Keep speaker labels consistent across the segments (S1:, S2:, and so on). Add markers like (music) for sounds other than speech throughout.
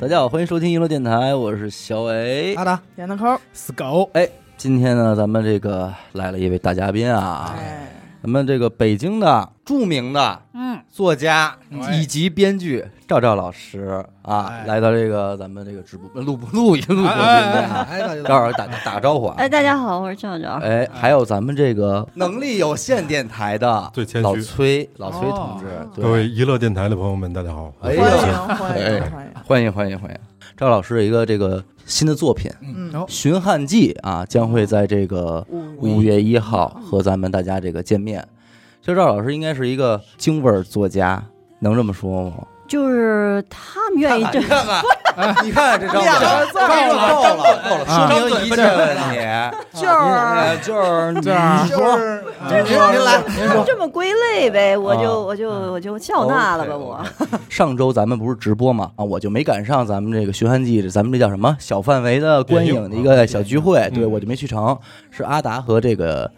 S1: 大家好，欢迎收听一路电台，我是小伟。
S2: 阿达
S3: 闫德抠，
S2: 死狗，
S1: 哎，今天呢，咱们这个来了一位大嘉宾啊，
S3: 哎，
S1: 咱们这个北京的著名的
S3: 嗯，
S1: 作家
S2: 哎
S1: 以及编剧赵赵老师啊，
S2: 哎
S1: 来到这个咱们这个直播呃录不录一录播
S2: 哎
S1: 间啊，
S2: 哎哎，
S1: 赵老师打打个招呼啊。
S4: 哎，大家好，我是赵赵。
S1: 哎，还有咱们这个能力有限电台的
S5: 最谦虚
S1: 老崔，老崔同志，对
S5: 各位娱乐电台的朋友们，大家好。
S1: 哎
S3: 欢
S1: 呦
S3: 迎欢
S1: 哎欢迎欢
S3: 迎欢迎，
S1: 迎欢迎！赵老师有一个这个新的作品《
S2: 嗯，
S3: 嗯
S2: 哦
S1: 寻汉记》啊，将会在这个
S3: 五
S1: 五月一号和咱们大家这个见面。这赵老师应该是一个京味儿作家，能这么说吗？
S4: 就是他们愿意这
S1: 你看看， (laughs) 你看看这张
S3: 两个
S1: 嘴，
S3: 字
S1: 够了够了够了，
S2: 啊
S1: 说明一切问题。
S3: 就是
S1: 哎就是
S2: 这样，就是
S1: 您您来，
S2: 您说，
S4: 这么归类呗，我
S1: 啊
S4: 就我就我就笑纳了吧，我
S1: OK，OK。上周咱们不是直播嘛，啊，我就没赶上咱们这个《寻汉记》，咱们这叫什么小范围的观影的一个小聚会，对
S5: 嗯
S1: 我就没去成，是阿达和这个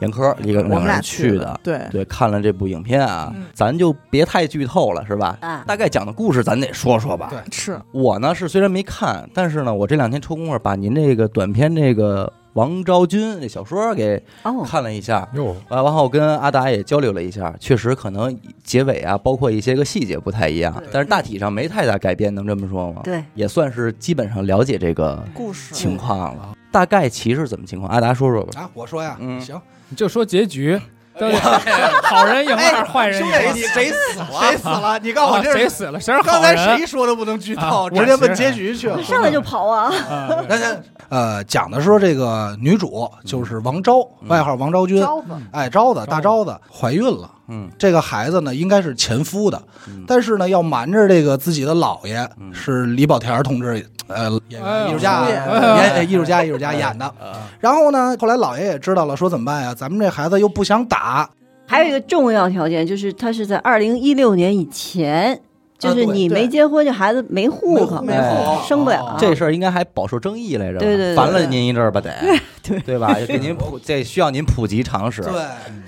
S1: 严科一个
S3: 我
S1: 两
S3: 们
S1: 个
S3: 俩
S1: 人去
S3: 的
S1: 的，。
S3: 对，
S1: 对，看了这部影片啊，咱就别太剧透了，是吧？
S4: 嗯啊
S1: 大概讲的故事咱得说说吧。
S2: 对
S3: 是
S1: 我呢是虽然没看，但是呢，我这两天抽空啊儿把您这个短片这个王昭君这小说给
S2: 嗯
S4: 哦，
S1: 看了一下，
S5: 哟，
S1: 啊，然后跟阿达也交流了一下，确实可能结尾啊，包括一些个细节不太一样，但是大体上没太大改变，能这么说吗？，
S4: 哦对，
S1: 也算是基本上了解这个
S3: 故事
S1: 情况了。大概其是怎么情况？阿达说说吧。
S2: 啊，我说呀，
S1: 嗯
S2: 行，
S6: 你就说结局，到底好人赢了还是坏人赢了？
S2: 谁死了？谁死了？ (laughs) 你告诉
S6: 啊
S2: 我这
S6: 谁
S2: 是。
S6: 死了？谁是好
S2: 刚才
S6: 人？
S2: 谁说的不能剧
S6: 啊
S2: 透？
S6: 我
S2: 直接问
S6: 其
S2: 结
S6: 实
S2: 局去了。嗯
S4: 上来就跑啊，
S6: 啊
S2: 那那呃，讲的说这个女主就是王昭，
S6: 嗯
S2: 外号王昭君，
S3: 招吧，
S2: 哎，昭子大昭子怀孕了，
S1: 嗯，
S2: 这个孩子呢应该是前夫的
S1: 嗯，
S2: 但是呢要瞒着这个自己的姥爷，是李保田同志，呃，演
S6: 嗯哎呦
S2: 艺术家，
S3: 哎
S2: 演
S3: 呦
S2: 呃艺术家，艺术
S6: 哎
S2: 家演的。然后呢，后来姥爷也知道了，说怎么办呀？咱们这孩子又不想打，
S4: 还有一个重要条件就是，他是在二零一六年以前，
S1: 啊
S4: 就是
S2: 对
S4: 你
S2: 对
S4: 没结婚，这孩子没户口，
S2: 没
S1: 户口
S4: 哎生不
S2: 哦
S6: 啊
S4: 了。
S1: 这事儿应该还饱受争议来着吧，
S4: 对对对
S1: 烦了您一阵儿吧，得，
S4: 对
S1: 对吧？给您普，这需要您普及常识。
S2: 对，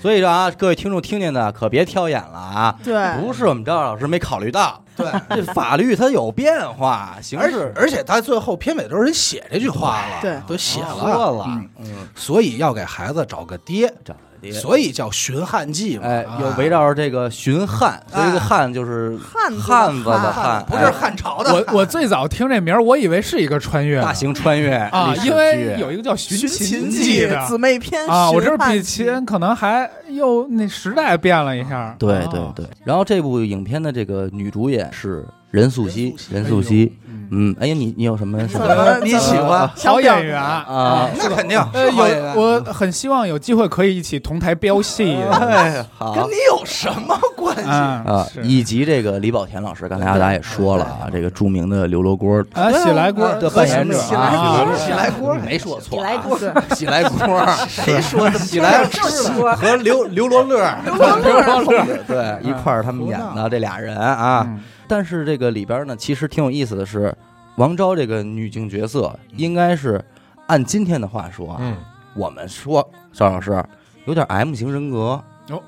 S1: 所以说啊，各位听众听见的可别挑眼了啊，
S3: (laughs) 对，
S1: 不是我们赵老师没考虑到，
S2: 对，
S1: (laughs) 这法律它有变化，形
S2: 而
S1: 式
S2: 而且他最后片尾都是人写这句话了，
S3: 对
S2: 都写哦了，
S1: 说了，嗯，
S2: 所以要给孩子找个爹，
S1: 找了爹
S2: 所以叫寻汉记嘛，啊
S1: 哎，有围绕着这个寻汉，所以这个汉就是
S3: 汉子的
S1: 汉子的
S2: 汉
S1: 汉，
S2: 不是
S1: 哎
S2: 汉
S1: (laughs)
S2: 朝的汉，
S6: 我我最早听这名儿，我以为是一个穿越的
S1: 大型穿越
S6: 啊，
S1: 历史
S6: 因为
S1: 剧
S6: 有一个叫《寻秦
S3: 记
S6: 的
S3: 姊妹篇
S6: 啊，我
S3: 寻
S6: 这
S3: 汉
S6: 比
S3: 记
S6: 秦可能还又那时代变了一下。
S1: 对
S6: 啊
S1: 对，对。然后这部影片的这个女主演是任素汐，任
S2: 任
S1: 素
S2: 素汐
S1: 汐，嗯，哎呀，你你有什么什
S3: 怎
S1: 么
S3: 么
S2: 你喜欢
S6: 好演员
S1: 啊？
S2: 那肯定哎
S6: 呃，
S2: 是好演员
S6: 有我很希望有机会可以一起同台飙
S1: (laughs)
S6: 戏
S1: (laughs) 哎，
S2: 跟
S1: 好
S2: 你有什么关系？
S6: 啊
S1: 啊，
S6: 是
S1: 以及这个李保田老师，刚才阿达也说了啊，这个著名的刘罗锅
S6: 啊，喜来锅
S1: 的
S2: 对
S1: 扮演者
S2: 喜来
S1: 啊，
S2: 喜来锅
S1: 没说错，啊
S4: 喜来锅，
S1: 喜来锅，谁说的？喜来
S3: 这么说，
S1: 和刘刘罗乐，
S2: (laughs)
S1: 刘罗乐，对，一块儿他们演的这俩人啊。
S6: 嗯
S1: 但是这个里边呢，其实挺有意思的是，王昭这个女性角色，应该是按今天的话说啊，
S5: 嗯，
S1: 我们说赵老师有点 M 型人格，
S6: 哦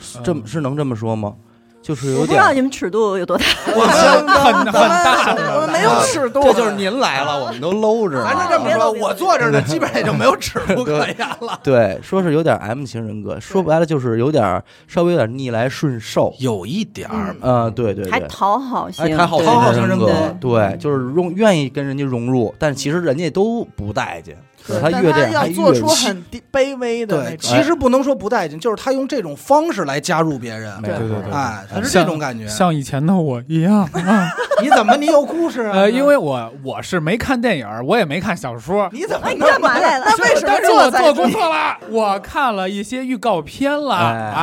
S1: 是这么
S6: 嗯
S1: 是能这么说吗？就是有
S4: 我不知道
S1: 点，
S4: 你们尺度有多大，
S2: 我相当
S6: 很很大
S3: 我
S6: 的
S3: 们没有尺度，
S1: 啊这就是您来了，我们都搂着呢。
S2: 咱就这么说，我坐这儿呢，基本上也就没有尺度可言了。
S1: 对，说是有点 M 型人格，说白了就是有点稍微有点逆来顺受。
S2: 有一点儿，
S1: 呃，对对
S4: 还
S1: 对，
S4: 讨好
S1: 哎，
S4: 型，
S1: 还好
S2: 对
S1: 讨
S2: 讨
S1: 好
S2: 好
S1: 型
S2: 型
S1: 人
S2: 人
S1: 格
S2: 格，
S1: 对，就是融愿意跟人家融入，但其实人家都不待见，可
S3: 对
S1: 他
S3: 但
S1: 越这样，
S3: 要
S1: 他
S3: 做
S1: 越
S3: 出
S1: 气
S3: 很低卑微的那
S2: 对，哎
S3: 种，
S2: 其实不能说不带劲，就是他用这种方式来加入别人，
S1: 没错
S6: 对对
S1: 没错
S2: 哎，他是这种感觉。
S6: 像以前的我一样。啊
S2: 你怎么你有故事啊？
S6: 呃，因为我我是没看电影儿，我也没看小说。
S2: 你怎么
S4: 哎，你干嘛来了？
S3: 那为什么
S6: 但是我
S3: 在
S6: 做
S3: 这
S6: 功课了，我看了一些预告片了
S1: 哎
S6: 啊。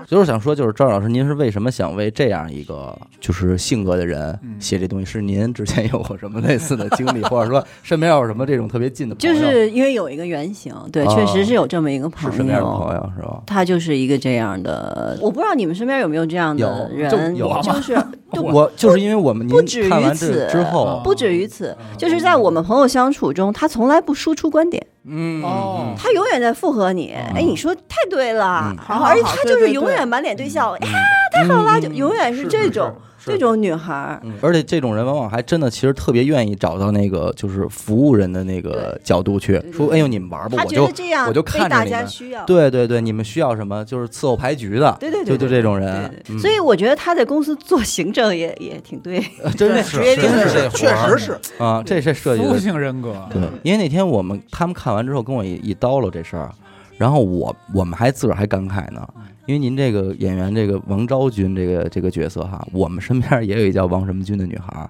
S3: 啊？
S1: 所以我想说，就是赵老师，您是为什么想为这样一个就是性格的人
S6: 嗯
S1: 写这东西？是您之前有过什么类似的经历，或者说身边有什么这种特别近的朋
S4: 就
S1: 友？
S4: 是因为有一个原型，对，
S1: 哦
S4: 确实是有这么一个
S1: 是
S4: 朋
S1: 什么样的
S4: 友
S1: 朋。友是吧？
S4: 他就是一个这样的，我不知道你们身边有没有这样的
S1: 有
S4: 人，
S1: 就有啊
S4: 就是就
S1: (laughs) 我就是因为我们
S4: 不止
S1: 您看完
S4: 于
S1: 这
S4: 此啊
S1: 之后，
S4: 不止于此，就是在我们朋友相处中，他从来不输出观点，
S1: 嗯，
S6: 哦
S4: 他永远在附和你。哎，你说太对了，
S1: 嗯
S4: 然后
S3: 好
S4: 而且
S3: 好
S4: 他
S3: 对
S4: 就是
S3: 对
S4: 永
S3: 对
S4: 远满脸堆笑，哎呀，
S1: 太
S4: 太好了，就永远是这种。这种女孩儿，
S1: 嗯而且这种人往往还真的其实特别愿意找到那个就是服务人的那个角度去
S4: 对
S1: 说，
S4: 对
S1: 哎呦你们玩吧，
S4: 她
S1: 我
S4: 觉
S1: 就
S4: 得这样
S1: 我就
S4: 被
S1: 看着
S4: 大
S1: 你
S4: 家
S1: 们
S4: 需要。
S1: 对对对，你们需要什么就是伺候牌局的，
S4: 对对
S1: 就
S4: 对，
S1: 就
S4: 对
S1: 这种
S4: 对
S1: 人
S4: 对，所以我觉得他在公司做行政也 (laughs) 也挺对，
S1: 以嗯 (laughs) 真是
S2: 确
S1: 真
S2: 实
S1: 是这
S2: 是，确实是，
S1: 啊，这是设计
S6: 服务
S1: 的
S6: 性人
S2: 啊
S6: 格，
S1: 对，因为那天我们他们看完之后跟我一一叨唠这事儿，啊然后我我们还自个儿还感慨呢，因为您这个演员这个王昭君这个这个角色哈，我们身边也有一叫王什么君的女孩儿，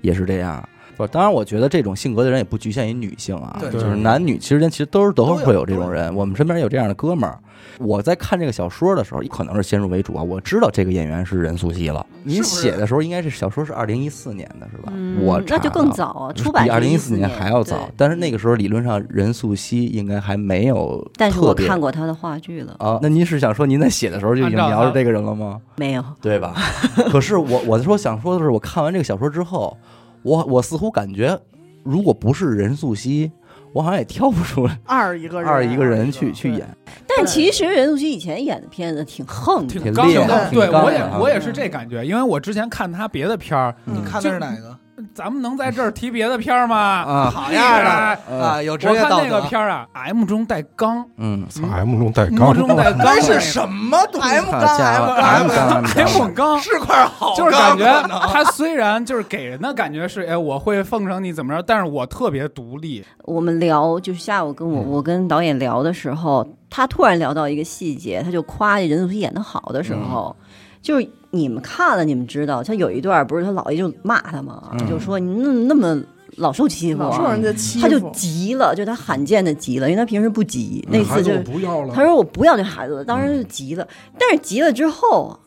S1: 也是这样。不，当然，我觉得这种性格的人也不局限于女性啊，
S2: 对
S1: 就是男女之间其实都是都
S2: 都有
S1: 会有这种
S2: 都
S1: 人。我们身边有这样的哥们儿。我在看这个小说的时候，可能是先入为主啊，我知道这个演员是任素汐了。您
S2: 是不是
S1: 写的时候应该是小说是二零一四年的是吧？
S4: 嗯
S1: 我
S4: 那就
S1: 查
S4: 更
S1: 到
S4: 早啊，出版
S1: 比二零一
S4: 四
S1: 四年还要早
S4: 对，
S1: 但是那个时候理论上任素汐应该还没有特别，
S4: 但是我看过他的话剧了，
S1: 啊。那您是想说您在写的时候就已经
S6: 按照
S1: 瞄着
S6: 他
S1: 这个人了吗？
S4: 没有，
S1: 对吧？ (laughs) 可是我我说想说的是，我看完这个小说之后，我我似乎感觉，如果不是任素汐，我好像也挑不出
S3: 二一个人，
S1: 二一个人去去
S3: 对
S1: 演。
S4: 但其实任素汐以前演的片子挺横的，
S1: 挺
S6: 刚
S1: 烈
S6: 的，
S2: 的
S6: 对
S1: 挺刚
S6: 我
S1: 的嗯
S6: 也
S1: 啊
S6: 我也是这感觉，因为我之前看他别的片儿，
S2: 你看的是哪个
S6: 咱们能在这儿提别的片儿吗？
S1: 啊，
S2: 好样的
S6: 哎！
S1: 啊，
S2: 有职
S6: 我
S2: 业
S6: 看
S2: 道
S6: 那个
S2: 德。
S6: 片儿啊，M 中带刚
S1: 嗯，
S4: (laughs)
S5: 操 M 中带
S2: 哎
S6: ，M
S5: 钢，
S6: 中带刚
S2: 那
S6: 那
S2: 是
S6: 个
S2: 什么东西？
S1: 好家伙
S6: (laughs)
S2: M
S1: 刚
S6: M 刚。
S2: 是块好
S6: 就是感觉
S2: 钢可能
S6: 他虽然就是给人的感觉是，哎，我会奉承你怎么着，但是我特别独立，
S4: 我们聊，就是下午跟我
S3: 嗯
S4: 我跟导演聊的时候，他突然聊到一个细节，他就夸任素汐演的好的
S3: 嗯
S4: 时候，就是你们看了，你们知道，像有一段不是他姥爷就骂他嘛，
S1: 嗯
S4: 就说你那么那么老受欺负
S3: 老受
S4: 啊，
S3: 人家欺负，嗯
S4: 他就急了，就他罕见的急了，因为他平时不急，那次就
S5: 不要
S4: 他说我不要这孩子了，当时就急了，但是急了之后。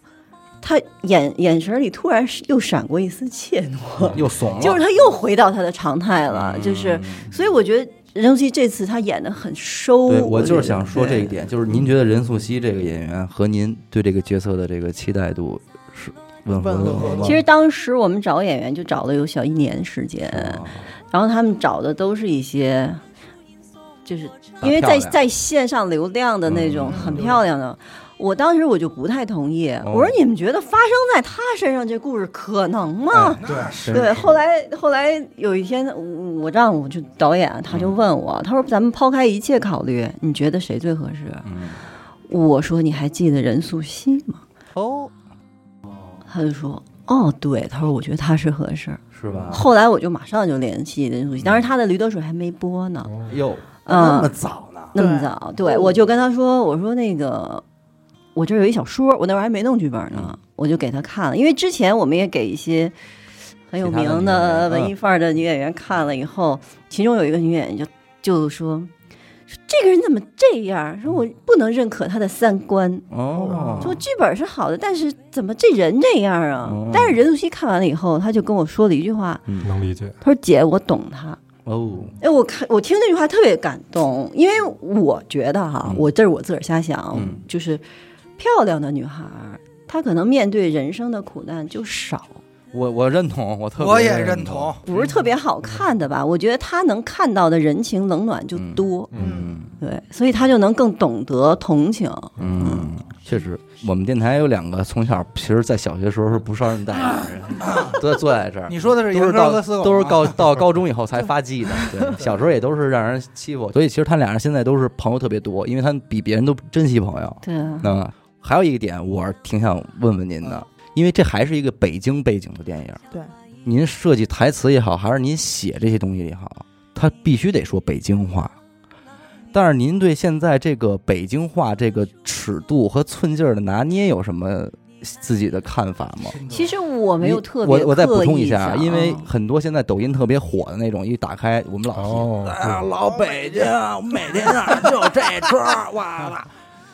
S4: 他眼眼神里突然是又闪过一丝怯懦，
S1: 又怂了，
S4: 就是他又回到他的常态了，就是
S1: 嗯
S4: 所以我觉得任素汐这次她演的很收。
S1: 对，我就是
S4: 觉得
S1: 想说这一。点，就是您觉得任素汐这个演员和您对这个角色的这个期待度是吻合
S3: 吻
S1: 的
S3: 合
S1: 吗？
S3: 的
S4: 其实当时我们找演员就找了有小一年时间，
S1: 啊
S4: 然后他们找的都是一些，就是因为
S1: 大
S4: 在
S1: 漂亮
S4: 在线上流量的那种
S1: 嗯
S4: 很漂亮的。我当时我就不太同意，
S1: 哦
S4: 我说你们觉得发生在她身上这故事可能吗？
S1: 哎
S2: 对
S1: 真是
S4: 对，后来后来有一天，我我丈夫就导演，他就问我，他说：“咱们抛开一切考虑，你觉得谁最合适？”
S1: 嗯
S4: 我说：“你还记得任素汐吗
S1: 哦，？”
S4: 他就说：“哦，对。”他说：“我觉得她是合适。
S1: 是”吧？
S4: 后来我就马上就联系任素汐，当时她的《驴得水》还没播呢，
S1: 哟，那么
S4: 嗯，
S1: 早呢？
S4: 那么早，对我就跟他说：“我说那个，我这儿有一小说，我那会儿还没弄剧本呢，我就给他看了，因为之前我们也给一些。”很有名的文艺范儿的女演嗯员看了以后，其中有一个女演员就就说说这个人怎么这样？说我不能认可他的三观。
S1: 哦，
S4: 说剧本是好的，但是怎么这人这样啊？
S1: 哦
S4: 但是任素汐看完了以后，她就跟我说了一句话，
S5: 能理解。
S4: 她说：“姐，我懂他。
S1: 哦，”
S4: 哎，我看我听那句话特别感动，因为我觉得哈、
S1: 嗯
S4: 我这是我自个儿瞎想，
S1: 嗯
S4: 就是漂亮的女孩儿，她可能面对人生的苦难就少。
S1: 我我认同，我特别
S2: 我也认
S1: 认
S2: 同。，
S4: 不是
S1: 嗯
S4: 特别好看的吧？我觉得她能看到的人情冷暖就多，
S1: (laughs) 嗯
S4: 对，所以她就能更懂得同情。
S1: 嗯，确实，我们电台有两个从小其实，在小学时候是不受人待见的人，都坐在这儿。
S2: 你说的是
S1: 都
S2: 严
S1: 啊是
S2: 哥
S1: 到
S2: 和思
S1: 都是到到高中以后才发迹的，对，小时候也都是让人欺负，所以其实他俩人现在都是朋友特别多，因为他们比别人都珍惜朋友。
S4: 对啊，
S1: 那还有一个点，我是挺想问问您的，
S4: 嗯
S1: 因为这还是一个北京背景的电影，
S3: 对，
S1: 您设计台词也好，还是您写这些东西也好，它必须得说北京话。但是您对现在这个北京话这个尺度和寸劲儿的拿捏有什么自己的看法吗？
S4: 其实我没有特别
S1: 我我再补充一下
S4: 刻
S1: 啊，
S4: 意想
S1: 因为很多现在抖音特别火的那种，一打开我们哎老提
S5: 哦，
S1: 嗯
S2: 啊，老北京，每天啊就这桌，
S1: (laughs)
S2: 哇啦，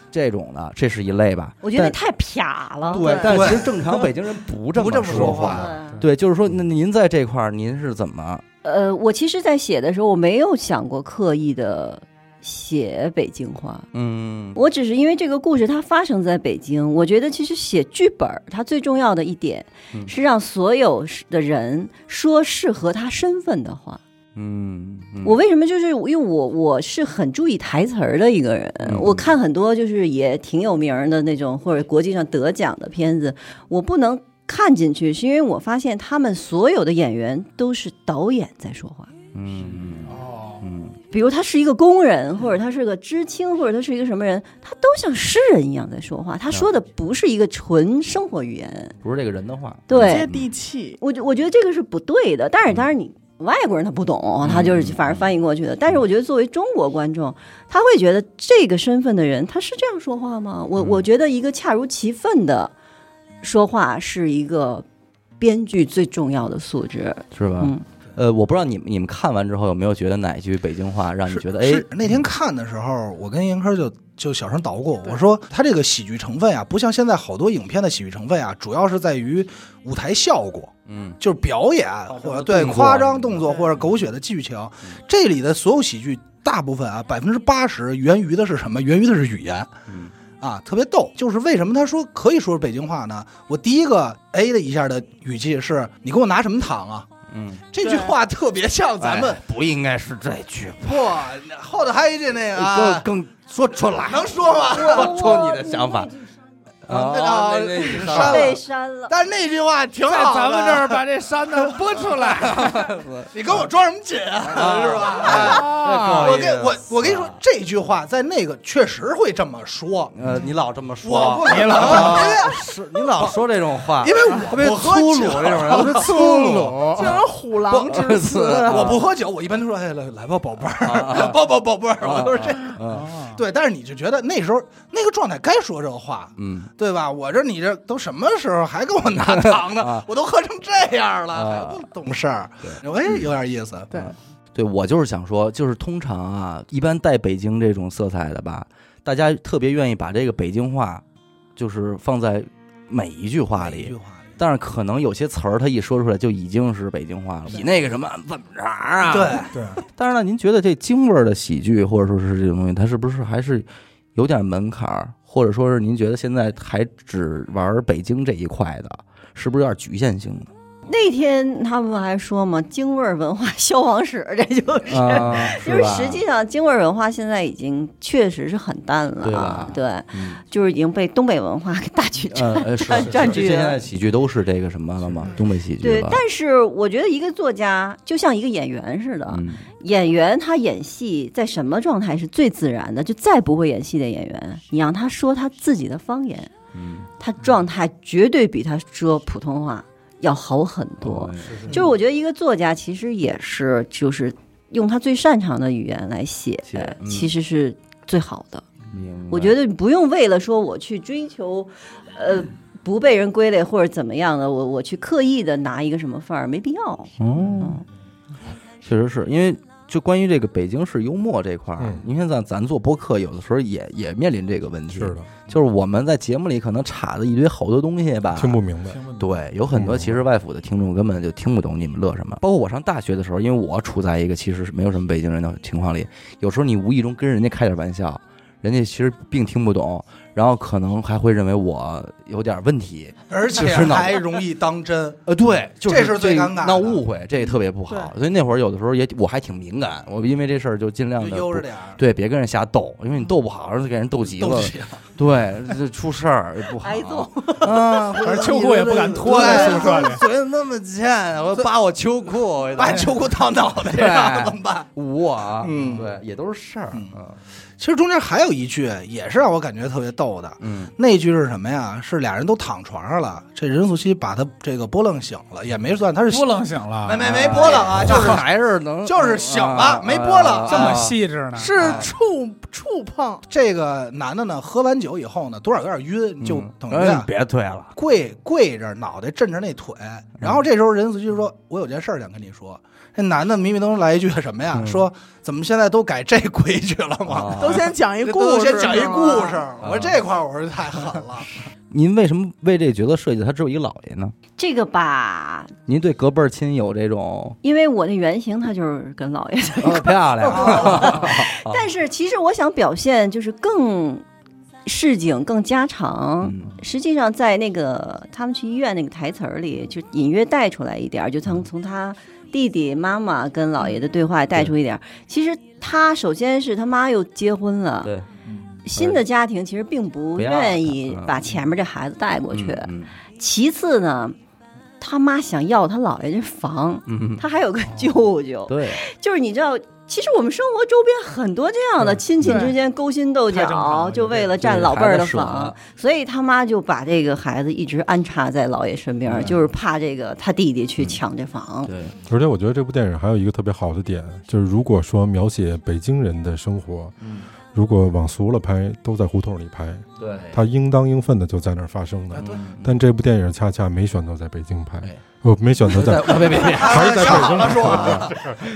S1: 这种的，这是一类吧？
S4: 我觉得那
S1: 但
S4: 太啪了。
S1: 对，但是其实正常北京人不这
S2: 不这么
S1: 说嗯
S2: 说话
S4: 对
S1: 对，就是说，那您在这块儿您是怎么？
S4: 嗯呃，我其实，在写的时候，我没有想过刻意的写北京话。
S1: 嗯
S4: 我只是因为这个故事它发生在北京，我觉得其实写剧本儿它最重要的一点
S1: 嗯
S4: 是让所有的人说适合他身份的话。
S1: 嗯，嗯
S4: 我为什么就是因为我我是很注意台词儿的一个人，
S1: 嗯
S4: 我看很多就是也挺有名儿的那种或者国际上得奖的片子，我不能看进去，是因为我发现他们所有的演员都是导演在说话。
S1: 嗯
S6: 哦，
S1: 嗯，
S4: 比如他是一个工人，或者他是个知青，或者他是一个什么人，他都像诗人一样在说话。他说的不是一个纯生活语言，
S1: 不是这个人的话，
S4: 对
S3: 接地气，
S4: 我觉我觉得这个是不对的。但是当然你外国人他不懂，他就是反而翻译过去的。但是我觉得作为中国观众，他会觉得这个身份的人他是这样说话吗？我我觉得一个恰如其分的说话是一个编剧最重要的素质。
S1: 是吧？
S4: 嗯，
S1: 呃，我不知道你们你们看完之后有没有觉得哪句北京话让你
S2: 是
S1: 觉得哎，
S2: 是那天看的时候，我跟严科就就小声捣鼓，我说他这个喜剧成分啊，不像现在好多影片的喜剧成分啊，主要是在于舞台效果，
S1: 嗯，
S2: 就是表演
S6: 张
S2: 或者
S6: 的
S2: 对
S1: 动作嗯
S2: 夸张动作
S6: 对
S2: 或者狗血的剧情。这里的所有喜剧大部分啊，百分之八十源于的是什么？源于的是语言。
S1: 嗯
S2: 啊，特别逗，就是为什么他说可以说是北京话呢？我第一个 A 的一下的语气是：“你给我拿什么糖啊？”
S1: 嗯，
S2: 这句
S3: 对
S2: 话特别像咱们
S1: 哎不应该是这句
S2: 哇，后头还有一句那个
S1: 吧，
S2: 啊，
S1: 更更说出来，
S2: 能说吗？
S1: 说出你的想法
S2: 啊那
S1: 哦
S2: 那
S1: 那那
S2: 删了
S4: 被删了。
S2: 但是那句话挺
S6: 在
S2: 好的
S6: 咱们这儿把这山呢播出来，
S2: 你跟我装什么紧啊？ (laughs) 是
S1: 哎
S2: 吧？
S6: 啊
S1: 啊
S2: 我跟我我跟你说，这句话在那个确实会这么说，
S1: 呃，你老这么说，
S2: 我不可能因为
S1: 啊是你老说这种话，
S2: (laughs) 因为我
S1: 特别
S2: 我
S1: 粗
S2: 喝
S1: 鲁
S2: 酒
S1: 这种人， (laughs)
S2: (laughs)
S1: 我是粗
S6: (laughs)
S1: 鲁，
S3: 竟然虎狼之词
S1: 哦 (laughs) 不。
S2: 啊我不喝酒，我一般都说哎来来吧，宝贝
S1: 啊
S2: 儿，抱 (laughs) 抱宝贝儿，我都是这样。对，但是你就觉得那时候那个状态该说这话，
S1: 嗯，
S2: 对吧？我这你这都什么时候还给我
S1: (laughs)
S2: 拿糖呢
S1: 啊？
S2: 我都喝成这样了，
S1: 啊
S2: 还不懂事儿，我也有点意思。
S3: 对，
S1: 对我就是想说，就是通常啊，一般带北京这种色彩的吧，大家特别愿意把这个北京话，就是放在每一句话
S2: 一句
S1: 里。
S2: 话
S1: 但是可能有些词儿，他一说出来就已经是北京话了，比那个什么怎么着啊？
S2: 对。
S5: 对，
S1: 但是呢，您觉得这京味儿的喜剧，或者说是这种东西，它是不是还是有点门槛儿？或者说是您觉得现在还只玩北京这一块的，是不是有点局限
S5: (laughs)
S1: 性的？
S4: 那天他们还说嘛，京味儿文化消亡史，这就是。
S1: 啊，
S4: 就是是
S1: 吧
S4: 实际上，京味儿文化现在已经确实是很淡了，啊
S1: 对吧
S4: 对，
S1: 嗯
S4: 就是已经被东北文化给大举 (laughs) 占。
S1: 呃，是
S4: 占占据
S1: 这现在的喜剧都是这个什么了吗？东北喜剧
S4: 对
S1: 了，
S4: 但是我觉得一个作家就像一个演员似的， (laughs)
S1: 嗯
S4: 演员他演戏在什么状态是最自然的？就再不会演戏的演员，你让他说他自己的方言，
S1: 嗯，
S4: 他状态绝对比他说普通话要好很多。
S1: 对
S4: 就是我觉得一个作家其实也是，就是用他最擅长的语言来写，
S1: 写嗯
S4: 其实是最好的。
S1: 明白
S4: 我觉得不用为了说我去追求，呃，不被人归类或者怎么样的，我我去刻意的拿一个什么范儿，没必要。
S1: 哦，确实是因为就关于这个北京市幽默这块儿
S5: 嗯，
S1: 你看咱咱做播客，有的时候也也面临这个问题，
S5: 是的，
S1: 就是我们在节目里可能插的一堆好多东西吧，
S5: 听不明白，
S1: 对，有很多其实外府的听众根本就听不懂你们乐什么。包括我上大学的时候，因为我处在一个其实是没有什么北京人的情况里，有时候你无意中跟人家开点玩笑，人家其实并听不懂，然后可能还会认为我有点问题。
S2: 而且
S1: 就是脑
S2: 还容易当真。
S1: 呃，对，就
S2: 这是最尴尬的
S1: 闹误会，这也特别不好。所以那会儿有的时候也我还挺敏感，我因为这事儿就尽量
S2: 就
S1: 的
S2: 悠着点儿，
S1: 对，别跟人瞎斗，因为你斗不好，然后就给人斗急了
S2: 都，行
S1: 对，这出事儿也不好。
S4: 挨揍
S1: 啊！
S6: 反正秋裤也不敢脱在宿舍里。
S1: 嘴那么贱，我扒我秋裤，
S2: 把秋裤套脑袋上怎么办？
S1: 捂我，
S2: 嗯
S1: 对，也都是事儿，
S2: 嗯其实中间还有一句也是让我感觉特别逗的，
S1: 嗯，
S2: 那句是什么呀？是俩人都躺床上了，这任素汐把他这个拨楞醒了，也没算他是
S6: 不冷醒了，
S2: 没没没拨楞啊，就是
S1: 还是能，
S2: 就是醒了没波浪
S1: 啊
S6: 这么，细致呢？
S3: 是触触碰，
S2: 这个男的呢，喝完酒以后呢，多少有点晕，就
S1: 嗯
S2: 等于啊
S1: 别推了，
S2: 跪跪着，脑袋枕着那腿，
S1: 嗯
S2: 然后这时候任素汐说：“我有件事儿想跟你说。”这男的迷迷瞪瞪来一句什么呀？
S1: 嗯
S2: 说怎么现在都改这规矩了吗？
S1: 啊
S3: 都先讲一
S2: 这
S3: 故
S2: 都
S3: 事，
S2: 先讲一故事
S3: 是吗。，
S1: 哦
S2: 我说这块儿我说太狠了。
S1: 您为什么为这角色设计他只有一老爷呢？
S4: 这个吧，
S1: 您对隔辈儿亲有这种
S4: 因为我的原型他就是跟老爷子，
S1: 哦漂亮，啊
S4: 但是其实我想表现就是更市井、更家常。
S1: 嗯
S4: 实际上，在那个他们去医院那个台词儿里，就隐约带出来一点儿，就
S1: 嗯
S4: 从从他弟弟、妈妈跟姥爷的对话带出一点儿。其实他首先是他妈又结婚了，
S6: 嗯
S1: 对，
S4: 新的家庭其实并不
S1: 不要他
S4: 愿意
S1: 嗯
S4: 把前面这孩子带过去。
S1: 嗯
S4: 其次呢，他妈想要他姥爷这房，
S1: 嗯，嗯
S4: 他还有个舅舅，
S1: 对，
S4: 就是你知道，其实我们生活周边很多这样的亲戚
S6: 对
S4: 之间勾心斗
S6: 太正常
S4: 角，
S6: 了
S4: 就为了占
S1: 对
S4: 老辈儿的
S1: 孩子
S4: 房
S1: 爽，
S4: 所以他妈就把这个孩子一直安插在姥爷身边，
S1: 嗯
S4: 就是怕这个他弟弟去抢这房。
S1: 对，
S5: 而且我觉得这部电影还有一个特别好的点，就是如果说描写北京人的生活，
S1: 嗯，哎
S5: 如果往俗了拍，都在胡同里拍，
S1: 对，
S5: 它应当应分的就在那儿发生的。
S2: 对
S5: 但这部电影恰恰没选择在北京拍
S1: 哎，
S5: 我没选
S1: (laughs)
S5: 择在，
S1: 别别别别
S5: 还是在
S2: 想
S5: 北
S2: 好
S5: 京
S2: 了说啊，
S5: 拍，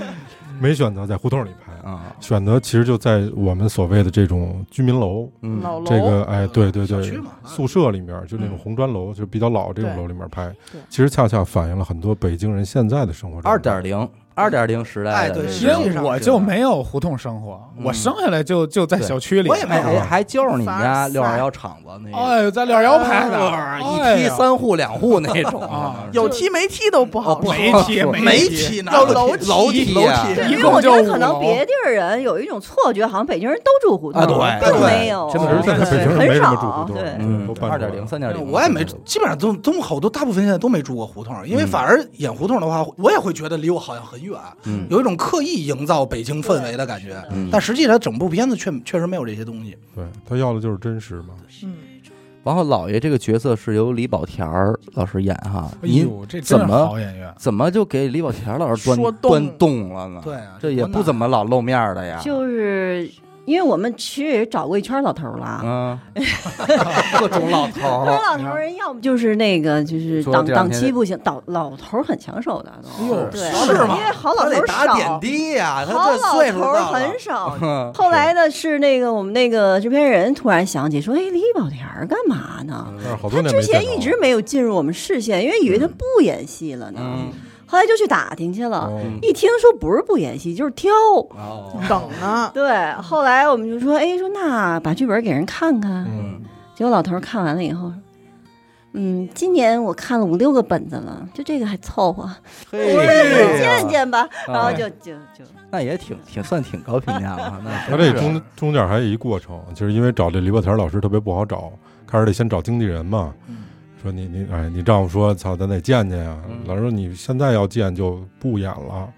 S5: 没选择在胡同里拍，
S1: 啊，
S5: 选择其实就在我们所谓的这种居民楼，
S1: 嗯，
S3: 老楼
S5: 这个哎，对对
S2: 小
S5: 对
S2: 区，嘛，
S5: 宿舍里面就那种
S1: 嗯
S5: 红砖楼，就比较老这种楼里面拍
S3: 对，
S5: 其实恰恰反映了很多北京人现在的生活。
S1: 二点，零，二点零时代
S2: 哎
S1: 的
S2: 对
S1: 这
S2: 实
S6: 因
S1: 个
S2: 际
S6: 为
S2: 上
S6: 我
S2: 是
S6: 就
S2: 的
S6: 没有胡同生活，
S1: 嗯
S6: 我生下来就就在
S1: 对
S6: 小区里。
S2: 我也没
S1: 哎，
S2: 有
S1: 还就是你们
S3: 凡
S1: 家
S3: 尔赛
S1: 六二幺厂子那个，
S6: 哎呦，哎咱俩摇牌的，
S1: 一梯三户两户那
S6: (laughs)
S1: 种
S6: 啊
S3: 有梯没梯都不好
S1: 不
S3: 说。
S1: 好
S6: 哦没梯
S1: 说
S2: (laughs) 没
S6: 梯，
S2: 梯呢，
S3: 要
S2: 楼
S3: 楼
S2: 梯
S3: 梯
S2: 楼
S1: 楼
S2: 梯啊
S1: 梯
S4: 对，
S6: 一
S4: 因为
S6: 共
S4: 我觉
S6: 就
S4: 得
S6: 五
S4: 可能
S6: 楼
S4: 别地儿人有一种错觉，好像北京人都住胡同，
S1: 啊对
S4: 并
S2: 对
S4: 没有。
S1: 真
S5: 其
S1: 的
S5: 实现在北京人没什么住胡
S4: 很少对
S5: 同，
S1: 嗯
S5: 都，搬
S1: 二点零、三点零，
S2: 哎我也没，基本上都东口都大部分现在都没住过胡同，因为反而演胡同的话，我也会觉得离我好像很远，
S1: 嗯
S2: 有一种刻意营造北京氛围的感觉。
S1: 嗯
S2: 但实际上，整部片子确确实没有这些东西。
S5: 对他要的就是真实嘛。
S3: 嗯，
S1: 然后姥爷这个角色是由李保田儿老师演哈，
S6: 哎
S1: 您
S6: 呦，这
S1: 怎
S6: 真是
S1: 么
S6: 好演员？
S1: 怎么就给李保田儿老师
S3: 说
S1: 端
S3: 动
S1: 端动了呢？
S2: 对，啊，
S1: 嗯这也不怎么老露面儿的呀。
S4: 就是因为我们其实也找过一圈老头儿了，
S1: 嗯，各种老头
S4: 不
S1: 儿
S4: 是老头儿人，要么就是那个就是
S1: 说
S4: 档
S1: 这两嗯
S4: 档
S1: 天
S4: 期不行，老老头儿很抢手的都。
S1: 是
S4: 对，
S2: 是吗
S4: 因为好老头儿少，
S1: 滴呀
S4: 好老头儿很 (laughs) 少。
S1: 很
S4: 后来呢，是那个我们那个制片人突然想起说：“哎，李保田儿干嘛呢？
S1: 嗯
S5: 但是好多
S4: 他
S5: 年
S4: 之
S5: 没
S4: 前
S5: 见着
S4: 一
S5: 了
S4: 直没有进入我们视线，因为以为他不演戏了呢
S1: 嗯。
S4: 后来就去打听去了，
S5: 哦
S4: 一听说不是不演戏，就是挑。
S1: 哦，
S3: 等呢，
S4: 对，后来我们就说：“哎，说那把剧本给人看看。”
S5: 嗯，
S4: 结果老头儿看完了以后说，嗯，今年我看了五六个本子了，就这个还凑合，
S1: 嘿
S4: 我见见吧。
S1: 哎啊
S4: 然后就就就
S1: 那也挺挺算挺高评价了。那
S5: 他这中中间还有一过程，就是因为找这李保田老师特别不好找，开始得先找经纪人嘛。
S2: 嗯
S5: 说你你哎，你丈夫说操，咱得见见呀。
S1: 嗯
S5: 老师说你现在要见就不演了，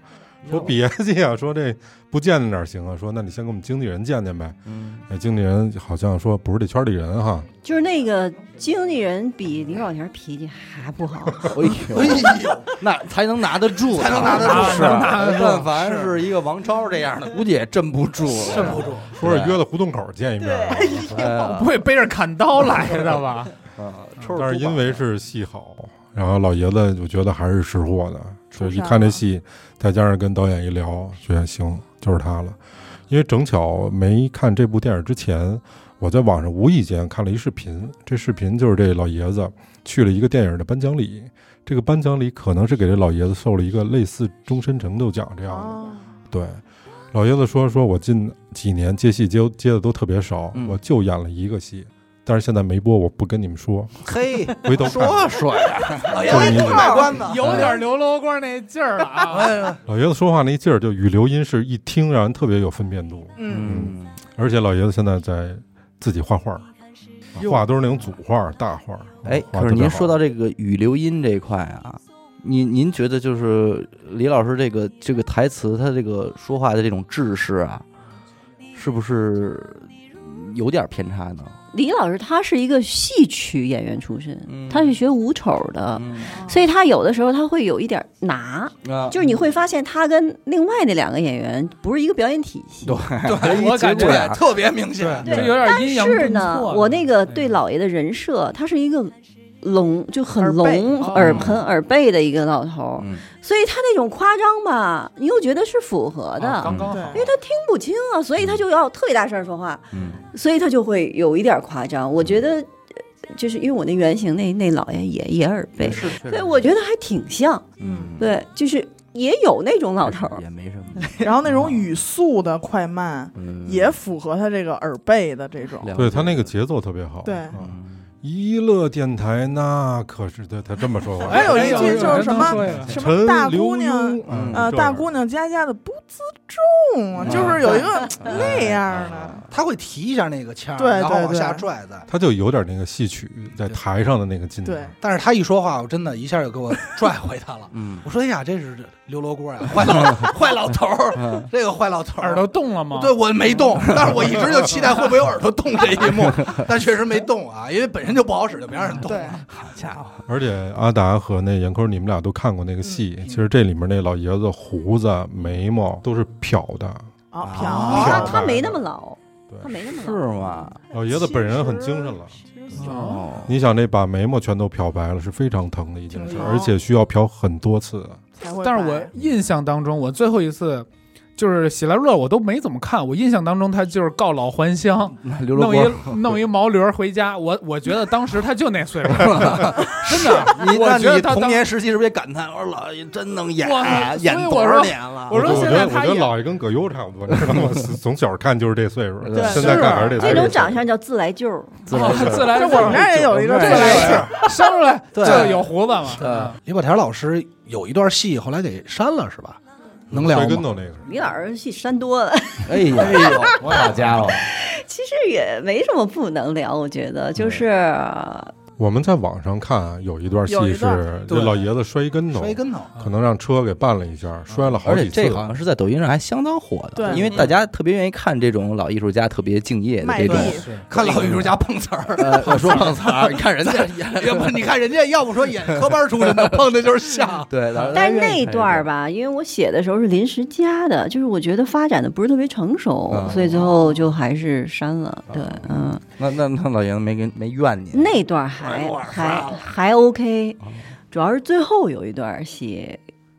S5: 说别介啊，说这不见着哪儿行啊？说那你先跟我们经纪人见见呗。
S1: 嗯
S5: 哎，经纪人好像说不是这圈里人哈，
S4: 就是那个经纪人比李保田脾气还不
S1: (laughs)
S4: 好，
S1: 哎呦，那才能拿得住，
S2: 才能拿得住
S1: 啊是
S6: 能拿得住
S1: 但凡是一个王超这样的，估计也镇不住了，
S2: 镇不住。
S5: 说是约到胡同口见一面啊。
S1: 哎
S6: 不会背着砍刀来的吧？
S1: 啊抽着
S5: 但是
S1: 猪
S5: 因
S1: 膀
S5: 为
S1: 子
S5: 是戏好，然后老爷子我觉得还是识货的，就一
S4: 上
S5: 看这
S4: 了
S5: 戏，再加上跟导演一聊，觉得行，就是他了。因为正巧没看这部电影之前，我在网上无意间看了一视频，这视频就是这老爷子去了一个电影的颁奖礼，这个颁奖礼可能是给这老爷子授了一个类似终身成就奖这样的。
S3: 哦，
S5: 对，老爷子说说我近几年接戏接接的都特别少，
S1: 嗯
S5: 我就演了一个戏，但是现在没播，我不跟你们说，
S2: 嘿，
S5: 回头
S2: 说
S5: 看。
S2: 说呀，老
S1: 哎
S2: 爷
S5: 就是
S2: 子
S5: 你
S2: 更卖关子。
S6: 有点刘罗锅那劲儿了啊！
S2: 哎，
S5: 老爷子说话那劲儿，就语流音是一听让人特别有分辨度。
S3: 嗯，
S1: 嗯，
S5: 而且老爷子现在在自己画画儿，画都是那种组画儿、大画儿。
S1: 哎，
S5: 画
S1: 可是
S5: 得特别
S1: 您
S5: 好
S1: 说到这个语流音这一块啊，您您觉得就是李老师这个这个台词，他这个说话的这种制式啊，是不是有点偏差呢？
S4: 李老师他是一个戏曲演员出身，
S1: 嗯
S4: 他是学武丑的，
S1: 嗯
S4: 所以他有的时候他会有一点儿拿，
S1: 啊，
S4: 就是你会发现他跟另外那两个演员不是一个表演体系。
S1: (laughs) 对啊
S6: 我感觉
S2: 对，特别明显。
S1: 嗯
S6: 这有点阴阳
S4: 是
S6: 顿
S4: 呢，
S6: 挫。哎
S4: 我那个对老爷的人设，他是一个聋，就很聋、
S1: 耳背
S4: 耳
S1: 哦
S4: 很耳背的一个老头儿，
S1: 嗯
S4: 所以他那种夸张吧，你又觉得是符
S1: 哦
S4: 合的，
S6: 啊刚刚
S3: 哦
S6: 好
S3: 对
S4: 因为他听不清啊，所以他就要特别大声说话，
S1: 嗯
S4: 所以他就会有一点夸张。我觉得，呃就是因为我那原型那那老爷也也耳背，
S1: 是，确实
S4: 所以我觉得还挺像，
S1: 嗯，
S4: 对，就是也有那种老头儿。嗯
S1: 也没什么，
S3: 然后那种语速的快慢
S1: 嗯
S4: (laughs)
S3: 也符合他这个耳背的这种，
S1: 了解
S5: 对他那个节奏特别好，
S3: 对
S5: 啊
S1: 嗯。
S5: 一乐电台那可是他他这么说话，
S3: 还有一句就是什么哎什么
S5: 陈
S3: 大
S5: 刘
S3: 姑娘
S5: 墉，嗯
S3: 呃，
S5: 这
S3: 大
S5: 玩意儿
S3: 姑娘家家的不自
S5: 嗯
S3: 重啊，就是有一个那样的，
S2: 他会提一下那个腔儿，
S3: 对
S2: 然后
S3: 对
S2: 往
S3: 对
S2: 下拽的。
S5: 他就有点那个戏曲在台上的那个劲头。
S3: 对
S2: 但是他一说话，我真的一下就给我 (laughs) 拽回他了
S1: 嗯
S2: 我说：“哎呀，这是刘罗锅呀，坏老
S1: (laughs)
S2: 坏老头儿，
S1: 嗯
S2: 这个坏老头儿
S6: 耳朵动了吗？
S2: 对，我没动，但是我一直就期待会不会有耳朵动这一
S1: (laughs)
S2: 幕，但确实没动啊，因为本身就不好使，就没让人动。
S3: 对，
S1: 好家伙，
S5: 而且阿达和那严科，你们俩都看过那个戏。
S3: 嗯
S5: 其实这里面那老爷子胡子、眉毛都是漂的，
S3: 啊，
S2: 啊
S4: 他
S3: 漂
S5: 漂
S3: 亮，
S4: 他没那么老，
S5: 对
S4: 他没那么
S1: 是
S4: 老。
S1: 吗？
S5: 老爷子本人很精神了。
S6: 哦，
S1: 哦，
S5: 你想，这把眉毛全都漂白了，是非常疼的一件事，
S3: 挺疼
S5: 而且需要漂很多次。
S3: 才会白。
S6: 但是我印象当中，我最后一次就是喜来乐，我都没怎么看。我印象当中，他就是告老还乡，
S1: 那刘罗
S6: 弄一
S1: 锅，
S6: (laughs) 弄一毛驴儿回家。我我觉得当时他就那岁 (laughs) 数，真的。
S1: 你
S6: 我
S1: 那
S6: 觉得
S1: 你
S6: 他
S1: 童
S6: 当
S1: 年时期是不是也感叹？我说老爷真能演啊
S6: 我所，以
S1: 演
S6: 我
S1: 多少
S6: 说
S1: 年了？
S6: 我说
S5: 我觉
S6: 现在
S5: 得，我
S6: 他
S5: 觉得
S6: 也
S5: 老爷跟葛优差不多，你知道吗？从小看就是这岁数，
S1: 对
S5: 现在看还是这岁
S4: 这
S5: 数。
S4: 种长相叫自来舅儿，
S1: 自来水
S6: 自来
S3: 这
S6: 水
S3: 我们这儿也有一个自
S1: 对
S3: 来水，
S6: 生出来
S1: 对
S6: 就有胡子嘛。
S1: 对
S6: 嗯
S2: 李宝田老师有一段戏后来给删了是吧？能聊
S5: 摔跟
S2: 吗？
S5: 头那个是，
S4: 你老儿戏删多了，
S1: 哎呀，
S6: (laughs)
S1: 哎呦，好家哦伙，
S4: 其实也没什么不能聊，我觉得就是
S5: 我们在网上看啊有一段戏
S3: 有一段
S5: 是
S2: 对
S5: 这老爷子摔一跟头，
S2: 摔一跟头，
S5: 可能让车给绊了一下，摔了好
S1: 而且
S5: 几次。
S1: 这好像是在抖音上还相当火的，
S3: 对
S1: 因为
S4: 嗯
S1: 大家特别愿意看这种老艺术家特别敬业的
S3: 卖
S1: 这种。
S3: 力
S2: 看老艺术家碰瓷
S1: (laughs)
S2: 儿。
S4: (laughs)
S1: 呃，我说碰瓷儿，你看人家演，
S2: 要
S6: (laughs)
S2: 不你看人家，要不说演科班出身的，碰的就
S1: (laughs)
S2: 是像。
S1: 对，
S4: 但是那一段儿
S1: 吧，
S4: 吧，因为我写的时候是临时加的，就是我觉得发展的不是特别成熟，
S1: 嗯
S4: 所以最后就还是删了。对，嗯，
S1: 那那那老爷子没跟没怨你，
S4: 那段儿还还还 OK，主要是最后有一段戏，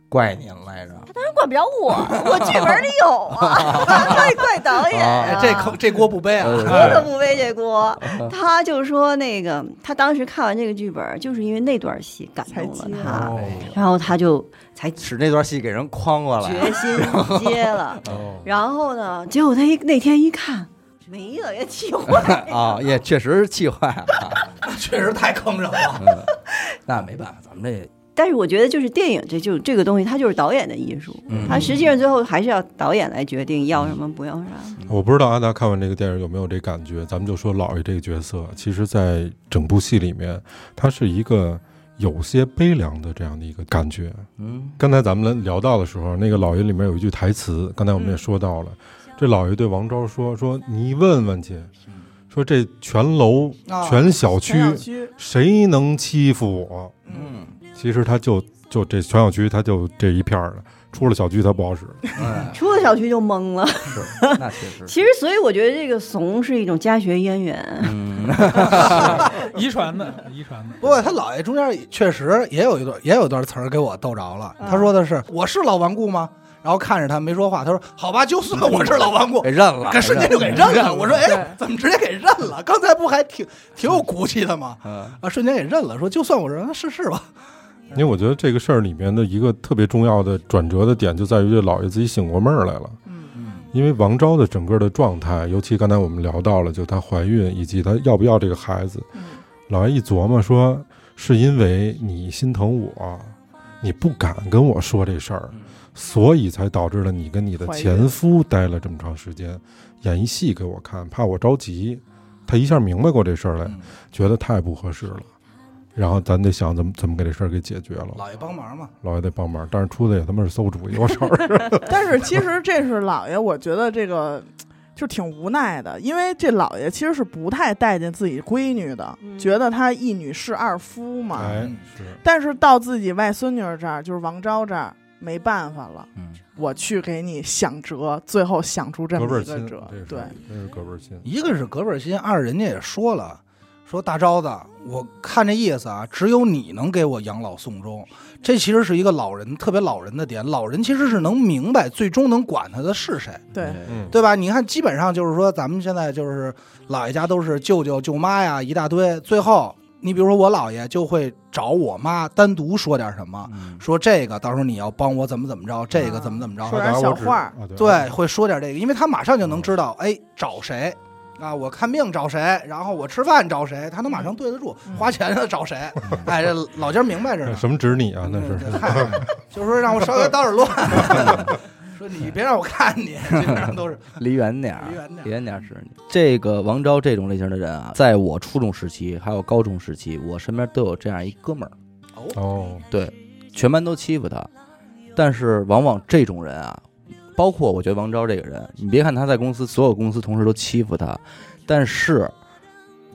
S1: 怪您来着。
S4: 当然怪不着 (laughs) 我，我剧本里有啊， (laughs) 怪怪导演
S1: 啊
S2: 哎
S4: 啊，
S2: 这口这锅不背啊！
S1: 呃
S4: 我可不背这锅。他就说那个，他当时看完这个剧本，就是因为那段戏感动
S3: 才
S4: 了
S3: 接
S5: 啊
S4: 他，
S1: 哎呦
S4: 然后他就才决
S1: 使那段戏给人诓过来，
S4: 心接
S1: (laughs)
S4: 了。
S5: 哦，
S4: 然后呢，结果他一那天一看，没了，也气
S1: (laughs)
S4: 坏。
S1: 啊，也确实是气坏了。啊
S2: (laughs)
S1: 嗯
S2: 确实太坑人了。
S1: 那没办法，咱们这
S4: 但是我觉得，就是电影这就这个东西，它就是导演的艺术，
S1: 嗯
S4: 它实际上最后还是要导演来决定要什么，不要什
S1: 嗯
S4: 么。
S5: 我不知道阿达看完这个电影有没有这感觉。咱们就说老爷这个角色，其实，在整部戏里面，他是一个有些悲凉的这样的一个感觉。
S1: 嗯，
S5: 刚才咱们聊到的时候，那个老爷里面有一句台词，刚才我们也说到了，这老爷对王昭说：“说你问问去，说这全楼、
S2: 啊
S5: 呃全小区
S3: 全小区
S5: 谁能欺负我？”
S1: 嗯，
S5: 其实他就就这全小区，他就这一片儿了，出了小区他不好使。
S1: 哎
S4: 出了小区就懵了。 (laughs)
S1: 是，那确实
S4: 其实，所以我觉得这个怂是一种家学渊源。
S1: 嗯， (laughs)
S6: 遗传的，遗传的。
S2: 不过他姥爷中间确实也有一段，也有一段词儿给我逗着了。他说的是：“我是老顽固吗？”然后看着他没说话，他说：“好吧，就算我是老顽固
S1: 给。认了，”
S2: 可瞬间就给认了。我说：“哎
S3: 对，
S2: 怎么直接给认了？刚才不还挺挺有骨气的吗？”
S1: 嗯
S2: 啊，瞬间给认了，说：“就算我是，那是是吧
S5: 因为我觉得这个事儿里面的一个特别重要的转折的点，就在于这老爷自己醒过闷儿来了。
S1: 嗯
S5: 因为王昭的整个的状态，尤其刚才我们聊到了，就她怀孕以及她要不要这个孩子，
S3: 嗯
S5: 老爷一琢磨说，是因为你心疼我，你不敢跟我说这事儿
S1: 嗯，
S5: 所以才导致了你跟你的前夫待了这么长时间，演一戏给我看，怕我着急。他一下明白过这事儿来，
S1: 嗯
S5: 觉得太不合适了，然后咱得想怎么怎么给这事儿给解决了。
S2: 姥爷帮忙嘛。
S5: 老爷得帮忙，但是出的也他妈是馊主意，我
S2: (laughs)
S5: 瞅着。
S3: (laughs) 但是其实这是姥爷，我觉得这个就挺无奈的，因为这姥爷其实是不太待见自己闺女的，
S4: 嗯
S3: 觉得她一女侍二夫嘛。
S5: 哎，
S2: 嗯
S5: 是
S3: 但是到自己外孙女儿这儿，就是王昭这儿，没办法了，
S1: 嗯，
S3: 我去给你想辙，最后想出这
S5: 胳
S3: 么
S5: 膊
S3: 一个
S5: 亲，
S3: 辙
S5: 这，是
S3: 对，
S5: 这是胳膊亲。
S2: 一个是隔辈儿心，二人家也说了，说大招子，我看这意思啊，只有你能给我养老送终。这其实是一个老人特别老人的点，老人其实是能明白最终能管他的是谁，
S3: 对，
S5: 嗯，
S2: 对吧？你看，基本上就是说，咱们现在就是姥爷家都是舅舅舅妈呀一大堆，最后你比如说我姥爷就会找我妈单独说点什么，
S1: 嗯
S2: 说这个到时候你要帮我怎么怎么着，这个怎么怎么着
S3: 说，点小话儿
S5: 啊，对
S2: 对，会说点这个，因为他马上就能知道，哎，找谁。啊，我看病找谁，然后我吃饭找谁，他能马上对得住，
S3: 嗯
S2: 花钱的找谁，哎，这老家明
S5: (laughs)
S2: 白着呢。
S5: 什么指你啊？那
S2: 嗯
S5: 是
S2: 这嗨，就是说让我稍微捣点乱，说你别让我看你，基本上都是
S1: 离远点儿，
S2: 离远点儿
S1: 离远点儿是你。这个王昭这种类型的人啊，在我初中时期还有高中时期，我身边都有这样一哥们儿，
S2: 哦， (laughs)
S5: 哦，
S1: 全班都欺负他。但是往往这种人啊，包括我觉得王昭这个人，你别看他在公司所有公司同事都欺负他，但是，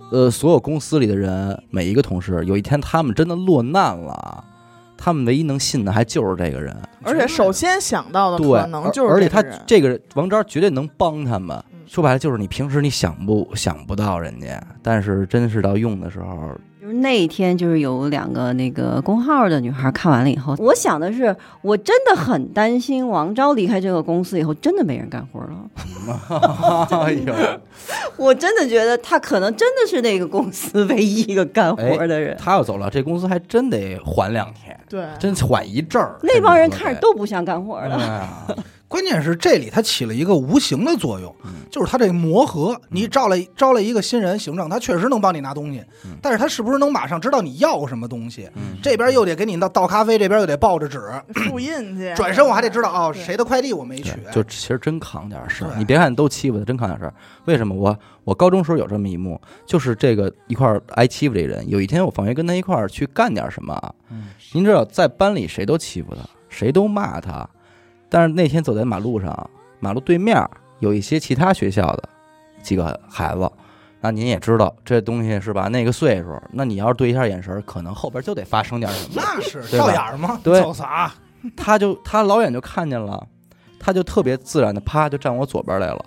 S1: 呃，所有公司里的人每一个同事，有一天他们真的落难了啊，他们唯一能信的还就是这个人。
S3: 而且首先想到的
S1: 对，
S3: 可能就是
S1: 而而且他
S3: 这
S1: 这
S3: 个人
S1: 个人王昭绝对能帮他们
S3: 嗯。
S1: 说白了就是你平时你想不想不到人家，但是真是到用的时
S3: (laughs)
S1: 候，
S4: 就是那一天，就是有两个那个公号的女孩看完了以
S1: (laughs)
S4: 后，我想的是，我真的很担心王昭离开这个公司以后，真的没人干活了。
S1: 哎呦，
S4: 我真的觉得他可能真的是那个公司唯一一个干活的人。
S1: 他要走了，这公司还真得缓两天，
S3: 对
S1: 真缓一阵儿。
S4: 那帮人看着都不像干活
S1: 哎 (laughs)
S4: 的，
S1: 呀
S2: 关键是这里它起了一个无形的作用，就是它这个磨合，你招来招来一个新人行政，他确实能帮你拿东西
S1: 嗯，
S2: 但是他是不是能马上知道你要什么东西？
S1: 嗯
S2: 这边又得给你倒倒咖啡，这边又得抱着纸，
S3: 复印
S1: 嗯
S3: 去，
S2: 转身我还得知道哦，
S3: 啊对
S2: 谁的快递我没取
S1: 对，，就其实真扛点事儿
S2: 对。
S1: 你别看都欺负他，真扛点事儿。为什么我我高中时候有这么一幕，就是这个一块儿挨欺负这人，有一天我放学跟他一块儿去干点什么啊？您知道在班里谁都欺负他，谁都骂他，但是那天走在马路上，马路对面儿有一些其他学校的几个孩子。那您也知道这东西是吧？那个岁数，那你要是对一下眼神儿，可能后边就得发生点什么。
S2: 那是
S1: 对吧
S2: 照眼儿吗？啊
S1: 对，
S6: 走啥？
S1: 他就他老远就看见了，他就特别自然的啪就站我左边来了，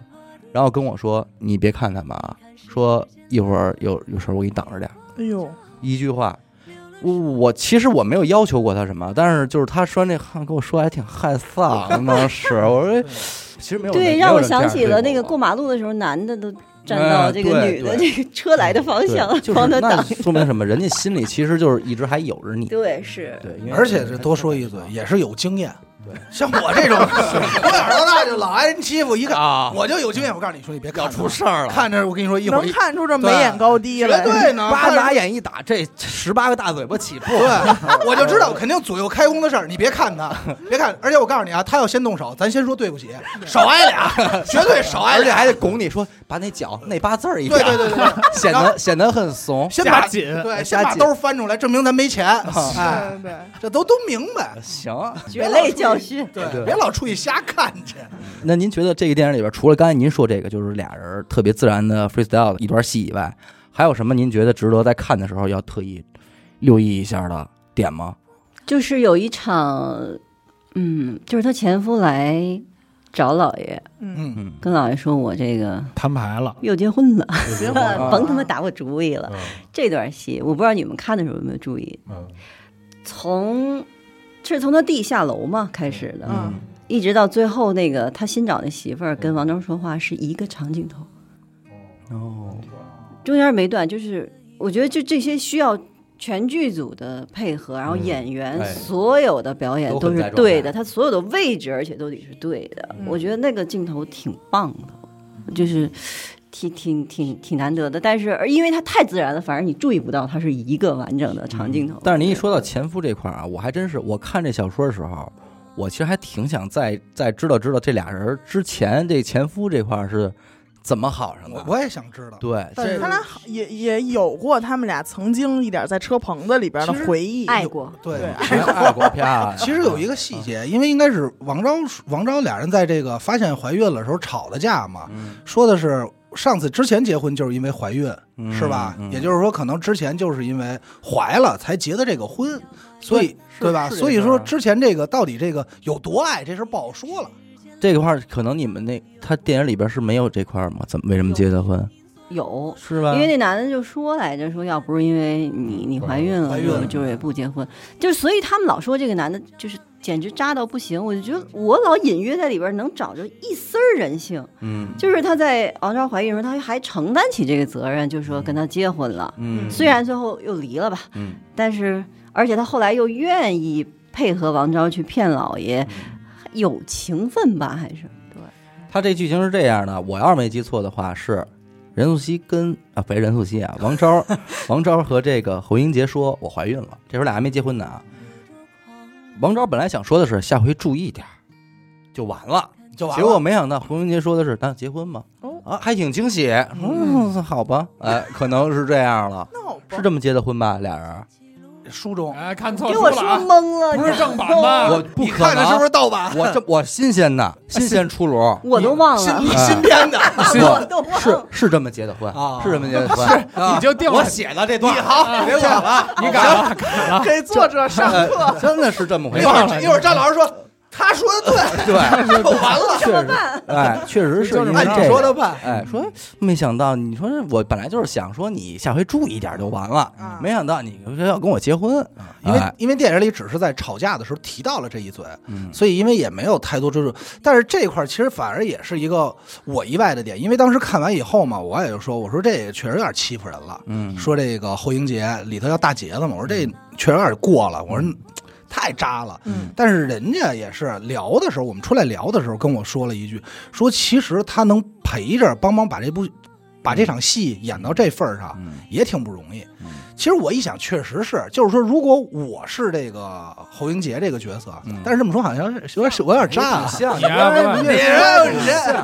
S1: 然后跟我说：“你别看他们啊，说一会儿有有事儿我给你挡着点儿。
S3: 哎呦，”
S1: 一句话，我我其实我没有要求过他什么，但是就是他说完这话跟我说还挺害臊，当
S2: (laughs)
S1: 时我说其实没有人
S4: 对，
S1: 没有人
S4: 让我
S1: 这样
S4: 想起
S1: 对
S4: 了
S1: 我
S4: 那个过马路的时候，男的都站到这个
S1: 哎对
S4: 女的
S1: 对
S4: 这个车来的方向
S1: 对，就是
S4: 帮他
S1: 那
S4: 挡。
S1: 说明什么？人家心里其实就是一直还有着你。
S4: 对，是
S1: 对，因为
S2: 而且这多说一嘴，也是有经验
S1: 对。
S2: 像我
S1: (laughs)
S2: 这种从小到大就老挨人欺负，一看
S1: 啊，
S2: 我就有经验。我告诉你说，你别看
S1: 要
S2: 着
S1: 出事儿了，
S2: 看着我跟你说，一会儿
S3: 能看出这眉眼高低
S2: 绝
S3: 来，
S2: 对呢，
S1: 八
S2: 看着
S1: 打眼一打，这十八个大嘴巴起步。
S2: 对，我就知道肯定左右开弓的事儿，你别
S1: (laughs)
S2: 看他，别看。而且我告诉你啊，他要先动手，咱先说对不起，少挨
S1: (laughs)
S2: 俩，绝对少挨
S1: 而且
S2: 俩，
S1: 还得拱你说把那脚那八字儿一
S2: 哦哎对
S1: 点儿
S2: 对对对，
S1: (laughs) 显得显得很怂。
S2: 先把
S6: 加紧
S2: 对，
S1: 加
S2: 先把
S1: 紧啊
S2: 兜翻出来，证明咱没钱。哎，
S3: 对对对，
S2: 这都都明白，
S1: 行，
S4: 血泪教训。
S1: 对
S2: 对，别老出去瞎看去。
S1: 那您觉得这个电影里边，除了刚才您说这个，就是俩人特别自然的 freestyle 的一段戏以外，还有什么您觉得值得在看的时候要特意留意一下的点吗？
S4: 就是有一场，嗯，就是她前夫来找姥爷，
S3: 嗯，
S2: 嗯，
S1: 嗯，
S4: 跟姥爷说：“我这个
S6: 摊牌了，
S4: 又结婚了，
S3: 结婚
S1: 啊
S3: 了
S4: 甭他妈打我主意了。
S5: 嗯”
S4: 这段戏我不知道你们看的时候有没有注意，
S2: (laughs)
S5: 嗯，
S4: 从是从他弟下楼嘛开始的，
S3: 嗯
S4: 一直到最后那个他新找那媳妇儿跟王铮说话是一个长镜头。
S1: 哦，
S4: 中间没断，就是我觉得就这些需要全剧组的配合，然后
S5: 嗯
S4: 演员、
S1: 哎
S4: 所有的表演
S1: 都
S4: 都
S1: 很
S4: 是
S1: 在状
S4: 对
S1: 态
S4: 的，他所有的位置而且都得是对的。
S3: 嗯
S4: 我觉得那个镜头挺棒的，就是挺挺挺挺难得的。但是而因为它太自然了，反而你注意不到它是一个完整的长镜头。
S1: 嗯但是您一说到前夫这块儿啊，我还真是，我看这小说的时候，我其实还挺想再再知道知道这俩人之前这前夫这块儿是怎么好上的
S2: 我。我也想知道。
S1: 对，
S2: 但是
S3: 他俩好也也有过他们俩曾经一点在车棚子里边的
S2: 其实
S3: 回忆，
S4: 爱过，
S2: 对
S3: 对
S1: 其实爱国啊漂亮。
S2: (laughs) 其实有一个细节，因为应该是王昭王昭俩人在这个发现怀孕了的时候吵的架嘛，
S1: 嗯
S2: 说的是上次之前结婚就是因为怀孕，
S1: 嗯
S2: 是吧？
S1: 嗯
S2: 也就是说，可能之前就是因为怀了才结的这个婚，所以对吧？
S1: 是
S2: 所以
S1: 这
S2: 说
S1: 事儿
S2: 之前这个到底这个有多爱，这事儿不好说了。
S1: 这个块儿可能你们那他电影里边是没有这块儿吗？怎么为什么结的婚？
S4: 有。
S1: 是吧
S4: 因为那男的就说来着，说要不是因为你你怀孕了，
S2: 怀孕了
S4: 我就是也不结婚，就是所以他们老说这个男的就是简直渣到不行，我就觉得我老隐约在里边能找着一丝儿人性，
S1: 嗯
S4: 就是他在王昭怀孕的时候，他还承担起这个责任，就说跟他结婚了，
S1: 嗯
S4: 虽然最后又离了吧，
S1: 嗯
S4: 但是而且他后来又愿意配合王昭去骗老爷，有情分吧还是
S1: 他这剧情是这样的，我要是没记错的话，是任素汐跟啊不是任素汐啊，
S4: (laughs)
S1: 王昭王昭和这个侯英杰说：“我怀孕了。”这时候俩还没结婚呢啊。王昭本来想说的是下回注意点儿，就完了。
S2: 就完
S1: 结
S2: 了。
S1: 果没想到侯英杰说的是：“咱结婚吧。”
S3: 哦
S1: 啊，还挺惊喜。嗯，好吧，哎，可能是这样了，
S3: 闹
S1: 是这么结的婚吧？俩人，
S2: 书中
S6: 哎，看错
S4: 给
S6: 书
S4: 我
S6: 了
S4: 说
S6: 啊，
S4: 懵了，
S6: 不是正版吧？
S1: 我不
S2: 啊你
S1: 可
S2: 看的是不
S1: 能，
S2: 是啊盗版？
S1: 我这我新鲜的，新鲜出炉。
S4: 我都忘
S2: 新
S4: 了，
S2: 新哎编
S4: (laughs)
S2: 的
S4: 我都忘
S1: 是
S4: 了。
S1: 是这么结的婚
S2: 啊
S1: 是这么结
S2: (laughs)
S1: 的婚。
S6: 你就定了
S2: 我写的这段，你好，别我了，
S6: 你敢了，敢了，
S3: 给作者上
S1: 呃
S3: 课，
S1: 真的是这么回
S2: 一
S1: 事
S2: 会
S1: 儿，
S2: 儿一会儿张老师说他说的
S1: (laughs)
S2: 对，
S1: 对，
S2: 就完了，
S1: 确实，哎，确实是
S6: 就是
S1: 因为
S2: 按
S6: 按
S2: 你
S1: 这
S6: 你
S2: 说的
S1: 个，
S2: 办。
S1: 哎，说没想到，你说我本来就是想说你下回注意点就完了，
S3: 啊
S1: 没想到你说要跟我结婚，
S2: 因为
S1: 哎
S2: 因为电影里只是在吵架的时候提到了这一嘴，
S1: 嗯
S2: 所以因为也没有太多追逐。但是这一块儿其实反而也是一个我意外的点，因为当时看完以后嘛，我也就说，我说这也确实有点欺负人了。
S1: 嗯，
S2: 说这个后英杰里头要大杰子嘛，我说这确实有点过了，我说
S1: 嗯
S2: 太渣了。
S3: 嗯，
S2: 但是人家也是聊的时候，我们出来聊的时候跟我说了一句，说其实他能陪着帮忙把这部把这场戏演到这份儿上，
S1: (laughs) 嗯
S2: 也挺不容易
S1: 嗯。
S2: 其实我一想，确实是，就是说，如果我是这个侯英杰这个角色
S1: 嗯，
S2: 但是这么说好像是有点有点渣啊。
S1: 像
S6: 你啊不
S2: 你是人，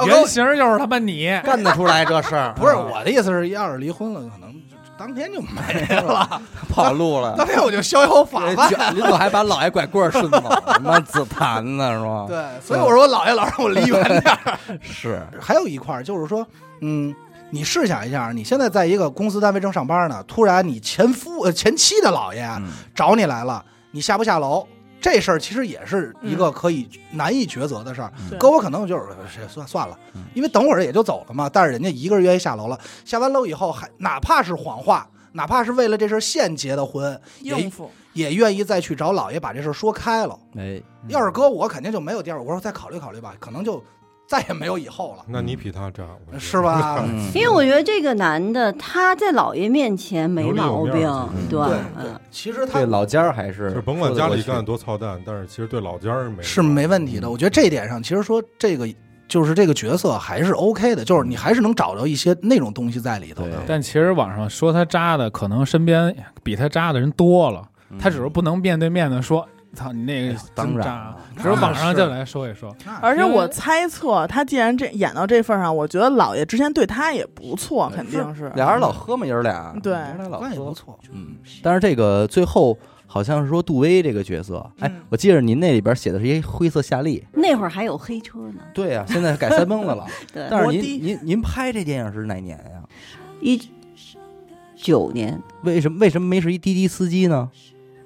S2: 我跟
S6: 原
S2: 我
S6: 型就是他妈你，
S1: 干得出来这事儿，
S2: (laughs)
S1: 啊
S2: 不是我的意思是，要是离婚了，可能就当天就没了，
S1: 跑路了。
S2: (laughs) 当天我就逍遥法外。
S1: 林总还把老爷拐棍儿顺走，他妈紫檀呢是吗？
S2: 对，所以我说我姥爷老让我离远点儿。
S1: 是，
S2: 还有一块儿就是说，嗯，你试想一下，你现在在一个公司单位正上班呢，突然你前夫呃前妻的姥爷
S1: 嗯
S2: 找你来了，你下不下楼？这事儿其实也是一个可以难以抉择的事儿。
S1: 嗯
S2: 搁我可能就是呃算算了
S1: 嗯，
S2: 因为等会儿也就走了嘛。但是人家一个人愿意下楼了，下完楼以后还哪怕是谎话，哪怕是为了这事儿现结的婚，
S3: 应付
S2: 也愿意再去找姥爷把这事儿说开了。
S1: 哎，
S2: 要是搁我，肯定就没有第二。我说再考虑考虑吧，可能就再也没有以后了，
S5: 那你比他渣，我觉得
S2: 是？吧？
S1: 嗯
S4: 因为我觉得这个男的他在老爷面前没毛
S5: 有理
S4: 病
S5: 有面儿，
S4: 对
S2: 对对
S4: 嗯，
S2: 其实他
S1: 对老家儿还是
S5: (laughs) 就甭管家里干
S1: 干，
S5: 多操蛋，但是其实对老家儿没
S2: 是没问题的。
S5: 嗯
S1: 嗯
S2: 我觉得这一点上，其实说这个就是这个角色还是 OK 的，就是你还是能找到一些那种东西在里头的。
S1: 对
S6: 但其实网上说他渣的，可能身边比他渣的人多了，
S1: 嗯
S6: 他只是不能面对面的说。操你那个
S1: 哎当
S6: 真
S1: 然
S6: 渣
S1: 了，
S6: 只是网上就来说一说，
S3: (laughs) 而且我猜测，他既然这演到这份儿上，我觉得姥爷之前对他也不错，肯定是。
S1: 俩人老喝嘛，爷儿俩，
S2: 嗯
S3: 对
S1: 爷儿俩老
S2: 关系不
S1: 喝，
S2: 错，
S1: 嗯。但是这个最后好像是说杜威这个角色，哎
S3: 嗯，
S1: 我记着您那里边写的是一灰色夏利，
S4: 那会儿还有黑车呢，
S1: 对啊，现在改三蹦子
S2: (laughs)
S1: 了。
S4: 对，
S1: 但是
S3: 摩的
S1: 您您您拍这电影是哪年呀？
S4: 一九年
S1: 为什么为什么没是一滴滴司机呢？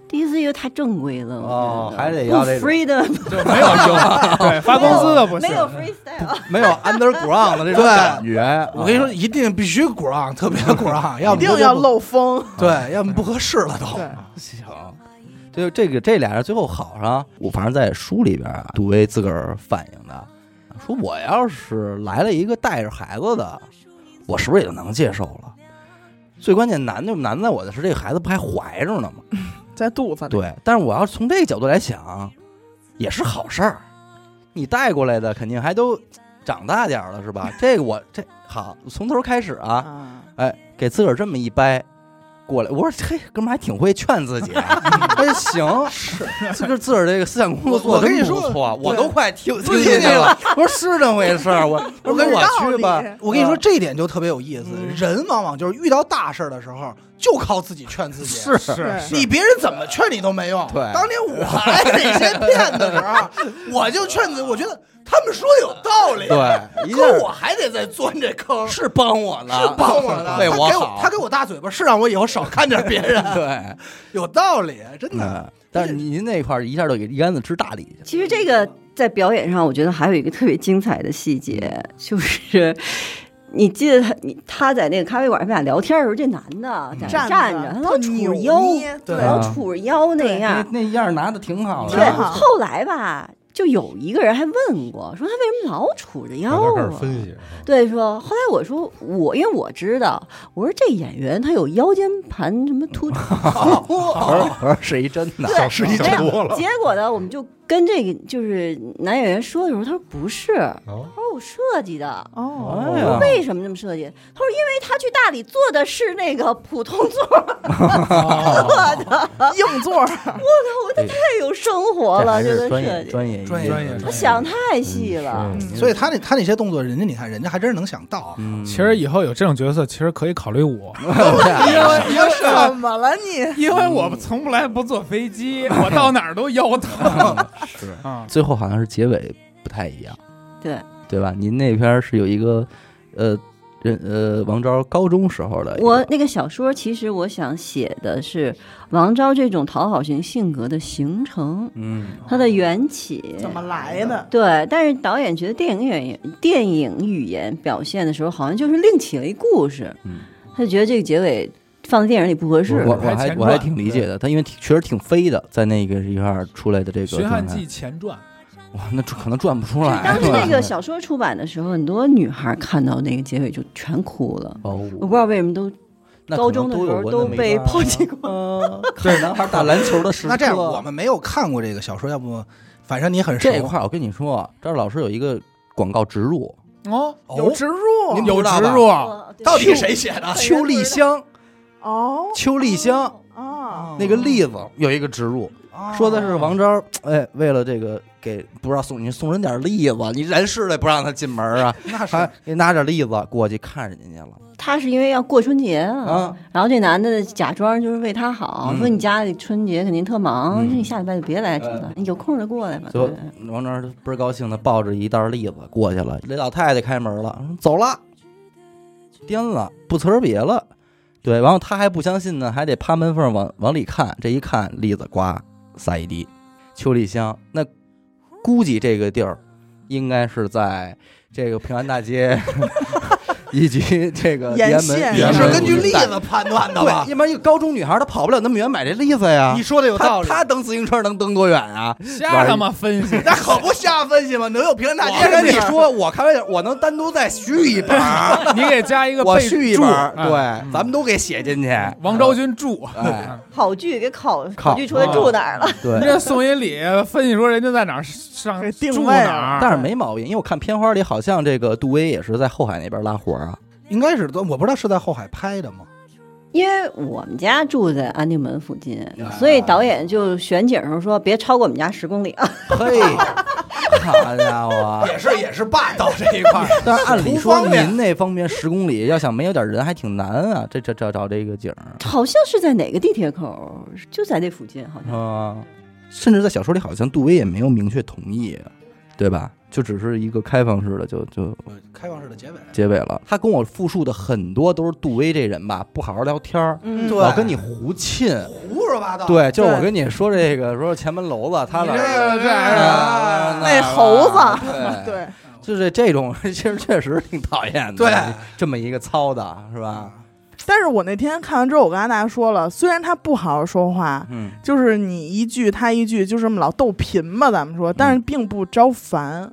S4: 第一次因为太正规了，
S1: 哦
S4: 我觉
S1: 还得
S4: 不
S1: 要这种
S4: free (laughs) 的，
S6: 就没有用，对，发工资的不行
S4: 没，有 freestyle，
S1: 没
S2: (laughs)
S1: 有 underground 的这种
S2: 对
S1: 感觉。
S2: 我跟你说，一定必须鼓浪，特别鼓浪，要
S3: (laughs) 一
S2: 不就
S3: 定要漏风，
S2: 对，要么不合适了都。
S3: 对，
S1: 行，就这个这俩人最后好上，我反正在书里边啊，杜威自个儿反映的，说我要是来了一个带着孩子的，我是不是也就能接受了？最关键难就难在我的是这个孩子不还怀着呢嘛。
S3: 在肚子里。
S1: 对，但是我要是从这个角度来想，也是好事儿。你带过来的肯定还都长大点儿了，是吧？这个我这好，从头开始啊，
S3: 啊，
S1: 哎，给自个儿这么一掰过来，我说嘿，哥们儿还挺会劝自己，哎
S2: (laughs)
S1: 行，是自个儿自个儿这个思想工作做
S2: 我
S1: 的
S2: 跟你
S1: 真
S2: 说
S1: 不错，我
S2: 对
S1: 都快听
S2: 不
S1: 听进去
S2: 信
S1: 了，我说是这么回事
S2: (laughs)
S1: 儿，我我跟
S3: 有
S1: 我
S3: 道
S1: 去
S3: 理
S1: 吧，
S2: 我跟你说，这一点就特别有意思。
S3: 嗯
S2: 人往往就是遇到大事儿的时候，就靠自己劝自己。
S1: 是
S6: 是是，
S2: 你别人怎么劝你都没用。
S1: 对
S2: 当年我挨那些骗的时候，我就劝自己，我觉得他们说有道 (laughs) 理，
S1: 对，一下
S2: 可我还得再钻这坑，是
S1: 是帮我呢，
S2: 帮我的，
S1: 为
S2: 他
S1: 我
S2: 给
S1: 好
S2: 我，他给我大嘴巴，是让我以后少看点别人， (laughs)
S1: 对，
S2: 有道理，真的。
S1: 嗯，但是您那块儿一下就给一竿子支大理去了，
S4: 其实这个在表演上，我觉得还有一个特别精彩的细节，
S1: 嗯
S4: 就是你记得他，你他在那个咖啡馆，他们俩聊天的时候，这男的在那
S3: 站
S4: 站着，他
S3: 特
S4: 老
S3: 扭
S4: 杵着腰，
S3: 捏
S2: 对
S4: 对，
S1: 啊
S4: 老杵着腰那样。
S1: 那样拿的挺好
S4: 对
S3: 啊挺好，
S4: 后来吧，就有一个人还问过，说他为什么老杵着
S5: 大
S4: 腰
S5: 家开始
S4: 啊？
S5: 分析啊，
S4: 对，说后来我说我，因为我知道，我说这演员他有腰间盘什么突出，
S1: 我说我说是一真的，
S4: 对，
S5: 是一讲多了
S4: 结果呢，我们就跟这个就是男演员说的时候，他说不是，
S5: 啊，
S2: 哦
S4: 他说有设计的。
S3: 哦，
S1: 哎呀，
S4: 为什么这么设计？他说，因为他去大理坐的是那个普通座，
S3: 硬座儿，
S4: 太有生活
S1: 这
S4: 了，
S1: 还
S4: 这
S1: 是
S4: 个
S1: 专
S4: 设
S1: 业
S4: 计，
S1: 专业
S2: 专
S1: 专
S2: 业
S6: 专业
S4: 我想太细了。
S5: 嗯
S3: 嗯
S2: 所以他那他那些动作，人家你看，人家还真是能想到啊。
S1: 嗯，
S6: 其实以后有这种角色，其实可以考虑我，
S1: (laughs)
S3: 你 (laughs) 怎么了你？
S6: 因为我从来不坐飞机，我到哪儿都腰疼。
S1: 嗯是
S6: (laughs) 啊，
S1: 最后好像是结尾不太一样，
S4: 对
S1: 对吧？您那边是有一个呃人呃王昭高中时候的一个，
S4: 我那个小说，其实我想写的是王昭这种讨好型性格的形成，
S1: 嗯
S4: 它的缘起。
S1: 哦
S3: 怎么来的？
S4: 对，但是导演觉得电影演员电影语言表现的时候，好像就是另起了一故事，
S1: 嗯，
S4: 他就觉得这个结尾放在电影里不合适。
S1: 我我
S6: 拍
S1: 还
S6: 前
S1: 我还
S6: 传
S1: 挺理解的，他因为挺确实挺飞的，在那个一块儿出来的这个
S6: 《寻汉
S1: 状态
S6: 记前传
S1: 哇，那可能转不出
S4: 所
S1: 来
S4: 以。当时那个小说出版的时候，很多女孩看到那个结尾就全哭了，
S1: (laughs) 哦，
S4: 我不知道为什么都
S1: 那可能
S4: 高中的
S1: 都
S4: 时
S1: 有
S4: 候
S1: 过
S4: 都
S1: 那么一
S4: (laughs) 被
S1: 段
S4: 抛弃过。
S1: 呃，看男孩打篮球的时刻。
S2: 那这样，我们没有看过这个小说，要不反正你很熟
S1: (laughs) 这一块儿我跟你说，这儿老师有一个广告植入，》
S6: 哦，
S2: 哦
S6: 有植入，
S2: 您不
S6: 有
S2: 知道
S6: 植
S2: 吧
S6: 入，
S2: 到底谁写的？
S4: 秋丽
S1: 香，
S3: 哦
S1: 秋丽香
S3: 哦，
S1: 那个栗子有一个植入，说的是王昭，哎，为了这个给不知道送你送人点栗子，你人是得不让他进门啊，
S2: 那是
S1: 还给拿点栗子过去看人家去了
S4: 他是因为要过春节啊，
S1: 啊，
S4: 然后这男的假装就是为他好，
S1: 嗯
S4: 说你家里春节肯定特忙，
S1: 嗯
S4: 说你下礼拜就别来这了，你有空就过来吧。
S1: 最后
S4: 对
S1: 王昭倍儿高兴的抱着一袋栗子过去了，这老太太开门了，说走了，颠了，不辞而别了。对，然后他还不相信呢，还得趴门缝往往里看，这一看栗子呱撒一地，秋栗香。那估计这个地儿应该是在这个平安大街 (laughs) 以及这个
S3: 沿
S1: 延门，
S3: 线
S2: 你
S1: 延
S2: 是
S1: 门
S2: 根据
S1: 一
S2: 栗
S1: 带
S2: 子判断的吧
S1: 对，？要不然一个高中女孩她跑不了那么远买这栗子呀
S2: 你。说的有道
S1: 她
S2: 理，。
S1: 她蹬自行车能蹬多远啊？
S6: 瞎他妈分
S1: (laughs)
S6: 析
S2: 那可不瞎分析吗？能有平 (laughs) 安大街
S1: 天
S2: 的
S1: 跟你
S2: 地儿
S1: 说，我开玩笑，我能单独再续一本儿，
S6: (laughs) 你给加一个
S1: 我
S6: 备注，
S1: 续一本儿，
S6: 啊
S1: 对，咱们都给写进去。
S6: 王昭君注，
S1: (laughs) 哎
S4: 考据给考
S1: 考
S4: 考据出来住哪儿了？
S6: 人
S1: 对，
S6: 家宋一礼分析说人家在哪儿上
S3: 给定
S6: 住
S3: 位了
S6: 哪儿，
S1: 但是没毛病，因为我看片花里好像这个杜威也是在后海那边拉活儿啊。
S2: 应该是都，我不知道是在后海拍的吗？
S4: 因为我们家住在安定门附近，所以导演就选景的时候说别超过我们家十公里啊。 (laughs)
S1: 嘿，好家
S2: (laughs)
S1: 伙！
S2: 也是也是霸道这一块儿，
S1: 但是按理
S2: 图
S1: 说
S2: 方便
S1: 您那方面十公里，要想没有点人还挺难啊。这这这找这个景儿，
S4: 好像是在哪个地铁口，就在那附近，好像。
S1: 嗯，甚至在小说里好像杜威也没有明确同意，啊对吧？就只是一个开放式的，就就
S2: 开放式的结尾。
S1: 结尾了。他跟我复述的很多都是杜威这人吧，不好好聊天儿，
S4: 嗯，
S2: 对
S1: 老跟你胡沁。
S2: 胡说八道，
S1: 对，就是我
S3: 对
S1: 跟你说这个，说前门楼子，他
S2: 你
S1: 俩
S2: 这个这
S1: 啊
S2: 个
S3: 那猴子，
S1: 对，
S3: 对，
S1: 就是这种， (laughs) 其实确实挺讨厌的。
S2: 对，
S1: 这么一个糙的是吧？
S3: 但是我那天看完之后，我跟大家说了，虽然他不好好说话，
S1: 嗯，
S3: 就是你一句他一句，就这么老逗贫嘛，咱们说，但是并不招烦。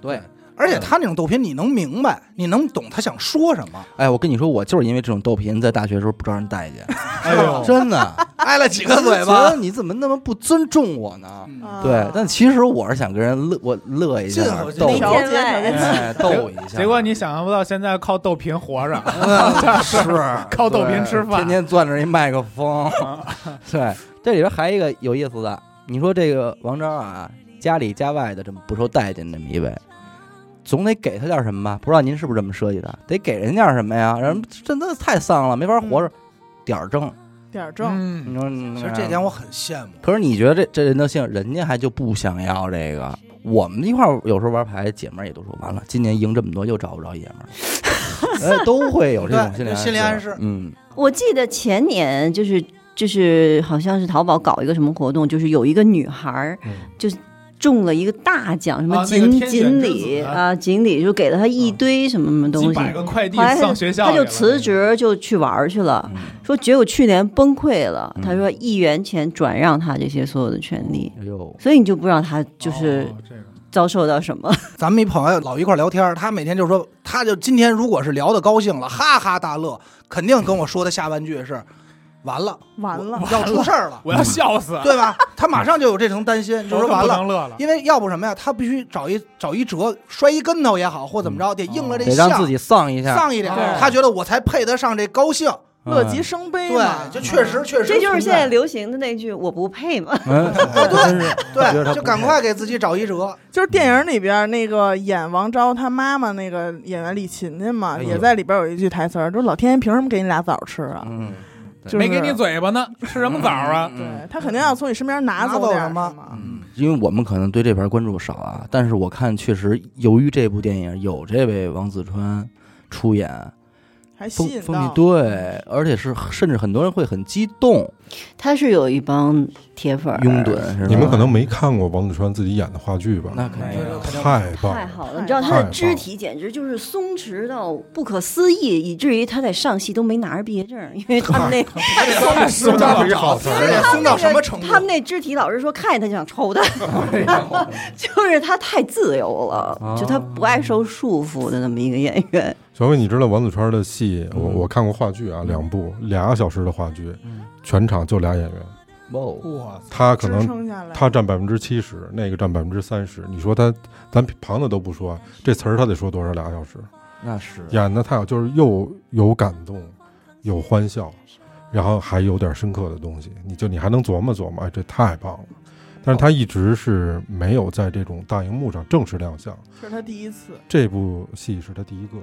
S1: 对。
S2: 而且他那种逗贫，你能明白，你能懂他想说什么。
S1: 哎，我跟你说，我就是因为这种逗贫，在大学的时候不招人待见，
S6: 哎呦，
S1: 真的。
S2: 挨哦 (laughs) 了几个嘴
S1: 觉
S2: 巴 (laughs)
S1: 得，你怎么那么不尊重我呢？
S2: 嗯
S3: 啊
S1: 对，但其实我是想跟人乐，我乐一下
S2: 进口，气
S1: 逗
S4: 没
S1: 一
S3: 调
S1: 下，
S3: 节
S4: 见
S3: 调节
S4: 外。
S2: (laughs)
S1: 哎，逗一下。
S6: 结果你想象不到，现在靠逗贫
S4: (laughs)
S6: 活着， (laughs)
S1: 是
S6: 靠逗
S4: 啊
S6: 贫吃
S1: 天
S6: 饭，
S1: 天攥着一麦克
S2: (laughs)
S1: 风。对，这里边还一个有意思的，你说这个王昭啊，家里家外的这么不受待见这么一位，总得给他点什么吧？不知道您是不是这么设计的？得给人家点什么呀？
S2: 嗯
S1: 人真的太丧了，没法活着，点儿正。
S3: 点儿正，
S1: 你
S6: 嗯，
S1: 说，
S2: 其
S1: 其
S2: 实这点我很羡慕。
S1: 可是你觉得这这人的性，人家还就不想要这个。我们一块儿有时候玩牌，姐们儿也都说完了，今年赢这么多，又找不着爷
S2: (laughs)
S1: 们儿，哎，都会有这种
S2: 对
S1: 心理
S2: 有心理暗示
S1: 嗯，
S4: 我记得前年就是就是好像是淘宝搞一个什么活动，就是有一个女孩儿
S5: 嗯
S4: 就是中了一个大奖，什么
S6: 啊
S4: 锦、
S6: 那个天选
S4: 锦
S6: 之
S4: 鲤
S6: 子啊
S4: 啊，锦鲤就给了她一堆什么什么
S6: 几
S4: 东西，
S6: 百个快递
S4: 后来她
S6: 上学校
S4: 她
S6: 里了，嗯
S4: 就辞职就去玩儿去了。说结果去年崩溃了，
S1: 嗯
S4: 她说一元钱转让她这些所有的权利，
S1: 哎呦，
S4: 所以你就不知道她
S6: 哦，
S4: 就是
S6: 这个
S4: 遭受到什么。
S2: 咱们一朋友老一块儿聊天儿，他每天就说，他就今天如果是聊的高兴了，哈哈大乐，肯定跟我说的下半句是。完了，
S3: 完了
S2: 我，要 (laughs) 出事儿了，
S6: 我要笑
S4: 嗯
S6: 死，
S2: 对吧？他马上就有这层担心，就
S6: 我
S2: 是
S6: 更 (laughs)
S2: 完
S6: 不
S2: 了
S6: 能。乐了，
S2: 因为要不什么呀，他必须找一找一辙，摔一跟头也好，或怎么着，得应了这
S1: 得
S2: 相，
S1: 让自己丧一下。
S2: 丧一点
S6: 对，
S2: 他觉得我才配得上这高兴。
S3: 乐极生悲嘛，
S2: 对，就确实确实
S4: 这就
S2: 存
S4: 是
S2: 在
S4: 现在流行的那句“我不配”嘛。
S1: 嗯，真是
S5: (laughs)
S1: 我觉得他不
S2: (laughs) 对，就赶
S1: 配
S2: 快给自己找一辙。
S3: 就是电影里边那个演王昭他妈妈那个演员李勤勤嘛，
S1: 哎呦
S3: 也在里边有一句台词儿，就是老天爷凭什么给你俩枣吃啊？
S1: 嗯，
S3: 就是
S6: 没给你嘴巴呢，吃什么枣啊？
S3: 对他肯定要从你身边拿
S2: 拿
S3: 走
S2: 走
S3: 点
S2: 什么
S3: 嘛
S1: 嗯，因为我们可能对这边关注少啊，但是我看确实由于这部电影有这位王子川出演，
S3: 还吸
S1: 风
S3: 引
S1: 风靡
S3: 到。
S1: 对，而且是甚至很多人会很激动
S4: 他是有一帮铁粉儿
S1: 拥趸，是吧？
S5: 你们可能没看过王子川自己演的话剧吧？
S1: 那肯定
S2: 那肯定
S5: 太棒
S4: 太
S5: 了！
S4: 好
S3: 太
S4: 了，你知道他
S5: 棒
S4: 的
S5: 了
S4: 肢体简直就是松弛到不可思议，以至于他在上戏都没拿着毕业证，因为他们那太松
S6: 太
S4: 弛
S6: 松
S4: 了。
S6: 了
S5: 这个好词
S2: 这得
S5: 儿啊！
S2: 松到什么程度？
S4: 他们那肢体，老师说看见他就想抽他， (laughs) 就是他太自由了，就他不爱受束缚的那么一个演员。
S5: 小伟，你知道王子川的戏，我
S1: 嗯
S5: 我看过话剧啊，两部俩小时的话剧，全场就俩演员，
S1: 哇，哦
S4: 嗯
S6: 哇塞，
S5: 他可
S3: 支
S5: 能
S3: 撑下来，
S5: 他占百分之七十，那个占百分之三十。你说他，咱旁的都不
S3: 嗯
S5: 说，这词儿他得说多少俩小时？
S1: 那是
S5: 演的太好，就是又有感动，有欢笑，然后还有点深刻的东西，你就你还能琢磨琢磨，哎，这太棒了。但是他一直是没有在这种大荧幕上正式亮相，
S3: 这是他第一次，
S5: 这部戏是他第一个，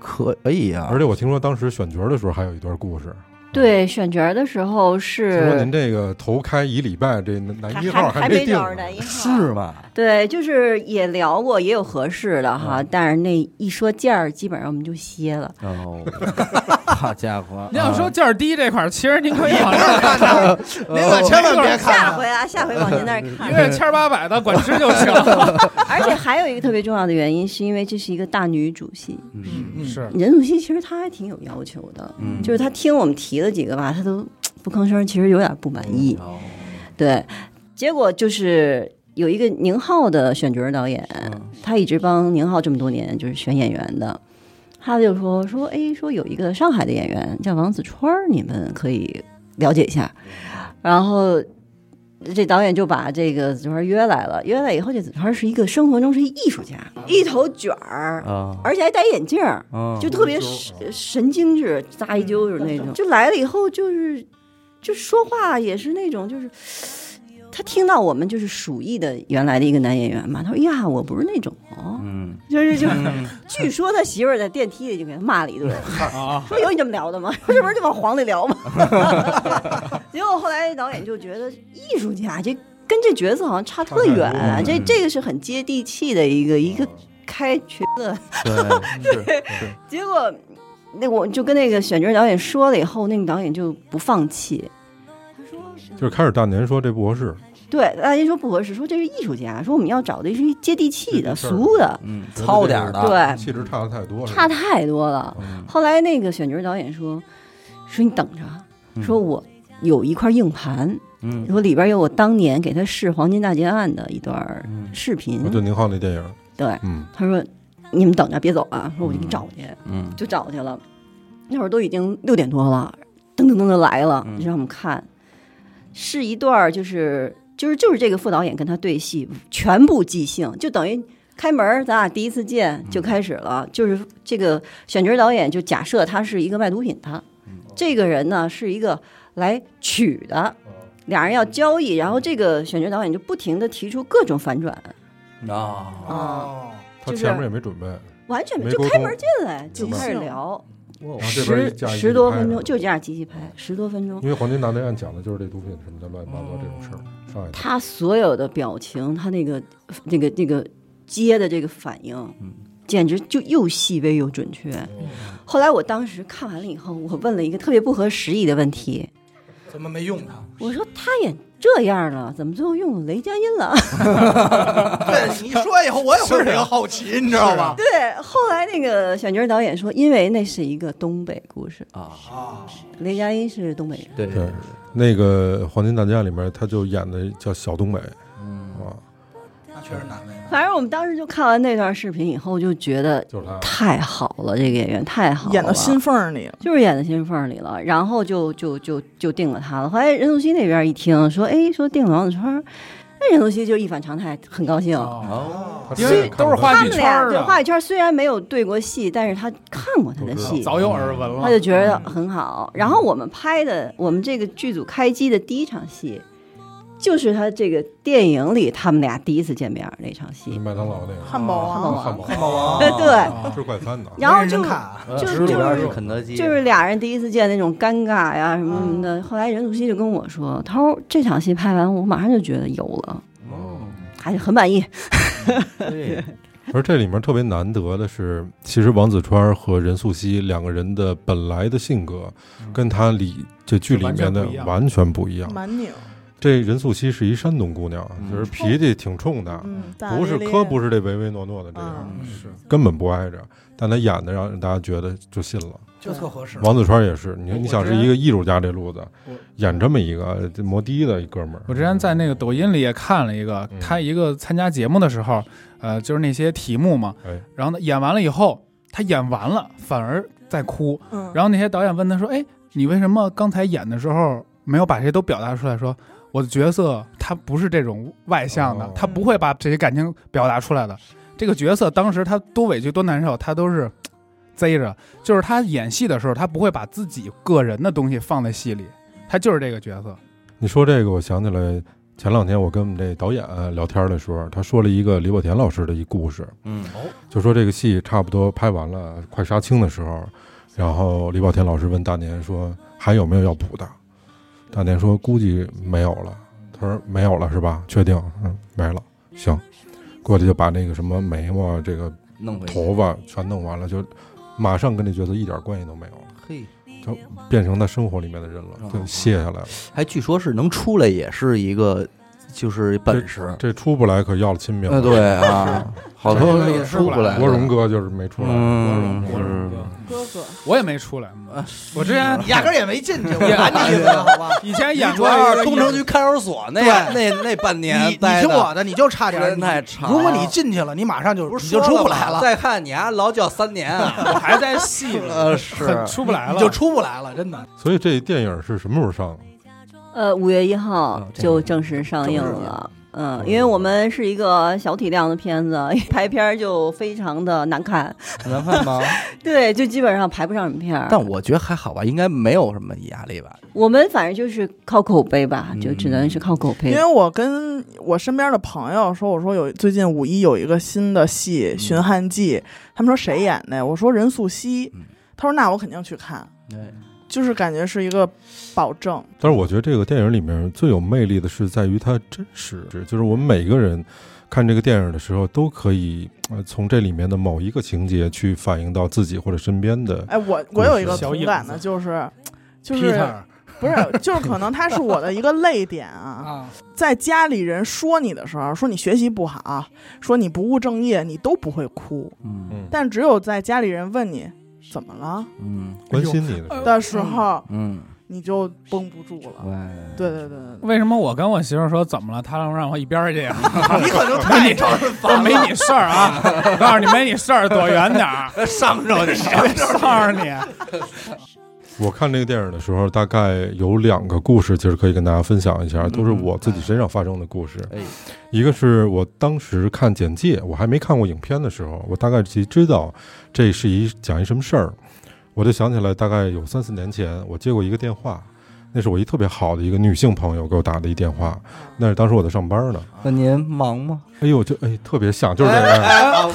S1: 可以啊，
S5: 而且我听说当时选角的时候还有一段故事，
S4: (laughs) 对，选角的时候
S5: 听说您
S4: 是
S5: 这个头开一礼拜，这男一号
S4: 还还
S5: 没
S4: 没
S5: 定
S4: 找着
S5: 呢，
S4: 男一号，
S1: 是吧？
S4: 对，就是也聊过，也有合适的哈，但是那一说价儿，基本上我们就歇了。
S1: 哦， (laughs) 好家伙！啊
S6: 您要说价儿低
S4: (laughs)
S6: 这块儿，其实您可以往这儿看，
S1: 您
S2: 您可千万别
S4: 下
S2: 看
S4: 回
S2: 啊，
S4: 啊，下回往您那儿
S6: 一
S4: 看。
S6: 个月千儿八百的，管吃就行。
S4: 而且还有一个特别重要的原因，是因为这是一个大女主戏。
S6: 嗯是，
S4: 任素汐其实她还挺有要求的，
S1: 嗯
S4: 就是她听我们提了几个吧，她都不吭声，其实有点不满意。
S1: 哦
S4: 对，结果就是有一个宁浩的选角导演，他一直帮宁浩这么多年，就是选演员的。他就说说，哎，说有一个上海的演员叫王子川儿，你们可以了解一下。然后这导演就把这个子川儿约来了，约来以后，这子川儿是一个生活中是一艺术家，一头卷儿，
S1: 啊
S4: 而且还戴眼镜儿。
S1: 啊
S4: 就特别神呃神经质，扎一揪是那种。就来了以后，就是就说话也是那种，就是他听到我们就是鼠疫的原来的一个男演员嘛，他说哎呀，我不是那种哦，
S1: 嗯，
S4: 就是就是， (laughs) 据说他媳妇儿在电梯里就给他骂了一顿， (laughs)
S6: 啊，
S4: 说有你这么聊的吗？ (laughs) 说这不是就往黄里聊吗？ (laughs) 结果后来导演就觉得艺术家这跟这角色好像差特远
S5: 差太
S4: 啊，
S5: 多
S4: 这
S5: 了嗯
S4: 这个是很接地气的一个一个
S5: 啊
S4: 开局的
S1: 对，是
S4: 结果那我就跟那个选角导演说了以后，那个导演就不放弃。他说
S5: 就是开始大年说这不合适，
S4: 对，大家说不合适，说这是艺术家，说我们要找的是一接地气的、
S5: 接地气儿
S4: 俗的，
S1: 嗯，糙点儿的，
S4: 对，
S5: 气质差的太多了，
S4: 哎差太多了。
S1: 嗯
S4: 后来那个选角导演说：“说你等着，
S1: 嗯
S4: 说我有一块硬盘，
S1: 嗯
S4: 说里边有我当年给他试《黄金大劫案》的一段
S1: 嗯
S4: 视频。
S5: 就宁浩那电影，
S4: 对，
S5: 嗯，
S4: 他说你们等着别走啊，说我就给你找去。
S1: 嗯
S4: 就找去了。那会儿都已经六点多了，噔噔噔的来了
S1: 嗯，
S4: 就让我们看，是一段儿就是就是就是这个副导演跟他对戏，全部即兴，就等于。开门儿，咱俩第一次见就开始了。就是这个选角导演就假设他是一个卖毒品的，这个人呢是一个来取的，俩人要交易。然后这个选角导演就不停的提出各种反转，
S1: 啊，
S2: 哦，
S5: 他
S4: 就是
S5: 前面也没准备，
S4: 完全
S5: 没
S4: 就
S5: 沟
S4: 开
S5: 通
S4: 门进来就
S3: 即
S4: 开始
S3: 兴
S4: 聊，
S1: 哇
S5: 然后这边一
S4: 十
S5: 架一
S4: 十
S5: 起
S4: 多
S5: 拍
S4: 分
S5: 了
S4: 钟，就这样集体拍十多分钟。
S5: 因为黄金大劫案讲的就是这毒品什么的乱七八糟这种事
S4: 嗯
S5: 儿，上海滩
S4: 他所有的表情，他那个那个那个接的这个反应，
S5: 嗯
S4: 简直就又细微又准确。后来我当时看完了以后，我问了一个特别不合时宜的问题，
S2: 怎么没用它？
S4: 我说他演这样了，怎么最后用雷佳音了？
S2: (laughs)
S5: 啊
S2: 对，你说以后我也会有这个好奇，你知道吧？
S4: (laughs) 对，后来那个选角导演说，因为那是一个东北故事，
S1: 啊，
S2: 啊，
S4: 雷佳音是东北人。
S1: 对
S5: 对，那个《黄金大劫案》里面，他就演的叫小东北，
S1: 嗯
S5: 啊，
S2: 确实难为。
S4: 反正我们当时就看完那段视频以后，就觉得
S5: 就是他。
S4: 太好了，这个演员太好了，啊
S3: 演到心缝儿里了。
S4: 就是演到心缝儿里了。然后就就就就定了他了。后来任素汐那边一听说，哎，说定了王子川，那任素汐就一反常态，很高兴。
S1: 哦
S5: 他
S6: 因
S5: 谁
S6: 为
S5: 也看
S6: 都是
S5: 不
S6: 话
S5: 出
S4: 他们
S6: 剧哦圈
S4: 俩
S6: 儿啊
S4: 对
S6: 的，
S4: 话语圈虽然没有对过戏，但是他看过他的戏，
S6: 早有耳哦闻了。
S4: 他就觉得很好。然后我们拍的，我们这个剧组开机的第一场戏，就是他这个电影里他们俩第一次见面儿那场戏。
S5: 麦当劳那个
S3: 汉堡
S4: 汉
S3: 王
S4: 堡
S5: 汉
S4: 王
S5: 堡，
S2: 汉堡王
S4: (laughs) 对
S6: 啊
S5: 吃快餐的，
S4: 然后
S2: 没人
S4: 就
S2: 看啊
S1: 呃
S4: 就
S1: 直里边
S4: 就是
S1: 哦是肯德基，
S4: 就是俩人第一嗯次见那种尴尬呀什么什么的。后来任素汐就跟我说：“他说这场戏拍完，我马上就觉得有了，哦
S5: 嗯，
S4: 还是很满意。
S1: (laughs) 对
S5: (laughs) 而这里面特别难得的是，其实王子川和任素汐两个人的本来的性格，跟他里这剧里面的完全不一样。
S3: 蛮拧，
S5: 这任素汐是一山东姑娘，
S1: 嗯
S5: 就是脾气挺冲的，
S3: 嗯，大
S5: 不是
S3: 咧咧
S5: 可不是这唯唯诺诺的这样，
S1: 嗯
S6: 是
S5: 根本不挨着。但他演的让大家觉得就信了。
S2: 就特合适。
S5: 王子川也是，你
S6: 我
S5: 你想
S6: 我
S5: 是一个艺术家这路子
S6: 我，
S5: 演这么一个这摩的的一哥们儿。
S6: 我之前在那个抖音里也看了一个
S5: 嗯，
S6: 他一个参加节目的时候，呃，就是那些题目嘛
S5: 哎，
S6: 然后呢演完了以后，他演完了反而在哭，
S3: 嗯，
S6: 然后那些导演问他说：“哎，你为什么刚才演的时候没有把这些都表达出来？”说我的角色他不是这种外向的
S5: 哦，
S6: 他不会把这些感情表达出来的。这个角色当时他多委屈多难受，他都是贼着，就是他演戏的时候，他不会把自己个人的东西放在戏里，他就是这个角色。
S5: 你说这个，我想起来前两天我跟我们这导演啊聊天的时候，他说了一个李保田老师的一故事，
S1: 嗯
S5: 就说这个戏差不多拍完了，快杀青的时候，然后李保田老师问大年说还有没有要补的，大年说估计没有了，他说没有了是吧？确定？嗯，没了。行，过去就把那个什么眉毛、啊这个
S1: 弄回去
S5: 头发全弄完了，就马上跟这角色一点关系都没有了，
S1: 嘿，
S5: 就变成他生活里面的人了，就卸下来了。
S1: 还据说是能出来也是一个就是本事，
S5: 这出不来可要了亲命
S1: 呃
S5: 了。
S1: 对
S5: (laughs)
S1: 啊，好多人也出不来的。
S5: 国荣哥就是没出来。
S1: 哎嗯，
S5: 国荣
S1: 是
S3: 哥哥
S6: 我也没出来，
S1: 啊
S6: 我之前
S2: 你压根儿也没进去，我
S6: 也
S2: 拦你一次，好吧？
S6: 以前演
S1: 主
S6: 过
S1: 要
S2: 啊
S6: 一
S1: 是
S6: 个
S1: 东城区看守所那那那半
S2: 你
S1: 年
S2: 你
S1: 待
S2: 听
S1: 的
S2: 我的，你就差点
S1: 时
S2: 儿
S1: 间太长
S2: 如果你进去了，你马上就
S1: 不是
S2: 你就
S1: 说
S2: 出不来
S1: 吗
S2: 了，
S1: 再看你啊，劳教三年 (laughs) 啊，
S6: (laughs) 我还在
S2: (laughs)
S6: 戏里，
S1: 呃是
S6: 很出不来了，
S2: 啊你就出不来了，真的。
S5: 所以这电影是什么时候上的？
S4: 呃，五月一号
S1: 哦这样
S4: 就正式上映
S2: 正式上
S4: 了。嗯，因为我们是一个小体量的片子， (laughs) 排片儿就非常的难看，
S1: 难看
S2: (laughs)
S1: 吗？
S4: 对，就基本上排不上什么片儿。
S1: (laughs) 但我觉得还好吧，应该没有什么压力吧。
S4: 我们反正就是靠口碑吧，
S1: 嗯
S4: 就只能是靠口碑
S3: 因。为我跟我身边的朋友说，我说有最近五一有一个新的戏《寻汉记》，他们说谁演的呀？我说任素汐
S1: 嗯，
S3: 他说那我肯定去看，就是感觉是一个保证。
S5: 但是我觉得这个电影里面最有魅力的是在于它真实，就是我们每个人看这个电影的时候，都可以呃从这里面的某一个情节去反映到自己或者身边的。
S3: 哎，我我有一个
S6: 小
S3: 同
S6: 影
S3: 感
S6: 子
S3: 的就是。就
S6: p e
S3: 是
S6: t
S3: 不是就是可能他是我的一个泪点啊，
S6: (laughs) 啊，
S3: 在家里人说你的时候，说你学习不好，说你不务正业，你都不会哭。
S1: 嗯
S5: 嗯，
S3: 但只有在家里人问你怎么了
S1: 嗯
S5: 关心你的时候，
S3: 的时候，
S1: 嗯，
S3: 你就绷不住了。
S1: 喂，
S3: 对对对对对，
S6: 为什么我跟我媳妇说怎么了，她让让我一边儿去呀？
S2: (laughs) 你可能太招人
S6: 我
S2: 烦
S6: 说没
S2: 了，
S6: 你事儿
S2: (laughs)
S6: 啊！我告诉你没你事儿，躲远点儿。
S2: 上着你。
S6: (laughs) 告诉你，
S5: 我看这个电影的时候，大概有两个故事，其实可以跟大家分享一下，都是我自己身上发生的故事。
S1: 哎，
S5: 一个是我当时看简介，我还没看过影片的时候，我大概其知道这是一讲一什么事儿，我就想起来大概有三四年前，我接过一个电话，那是我一特别好的一个女性朋友给我打的一电话，那是当时我在上班呢，
S1: 那您忙吗？
S5: 哎呦就哎特别像，就是这样，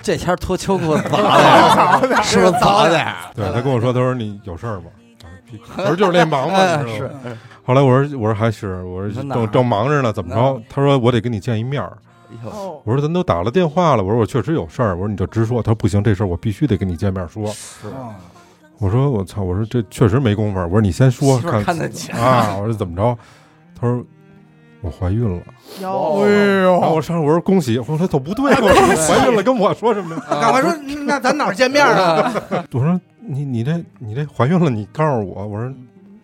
S1: 这天脱秋裤早点，是不是早点？
S5: 对他跟我说，他说你有事儿吗？啊屁我
S1: (laughs)
S5: 说就是那忙嘛，你知道吗？ (laughs) 后来我说我说还是我说
S1: 哎那哪儿
S5: 正正忙着呢，怎么着？他说我得跟你见一面儿。
S3: 哦，
S5: 我说咱都打了电话了，我说我确实有事儿，我说你就直说。他说不行，这事儿我必须得跟你见面说。 (laughs) 我说我操，我说这确实没工夫儿。我说你先说
S1: 媳妇儿
S5: 看
S1: 看得见
S5: 啊，我说怎么着？他说我怀孕了。
S3: 有
S2: 哎
S1: 哦
S5: 然后我上来我说恭喜，我说他不对，
S1: (laughs)
S5: 我说怀孕了跟我说什么呀？
S2: 赶快说，那咱哪儿见
S1: (laughs)
S2: 面啊？
S1: 啊，
S5: 我说你你这你这怀孕了，你告诉我，我说
S1: 嗯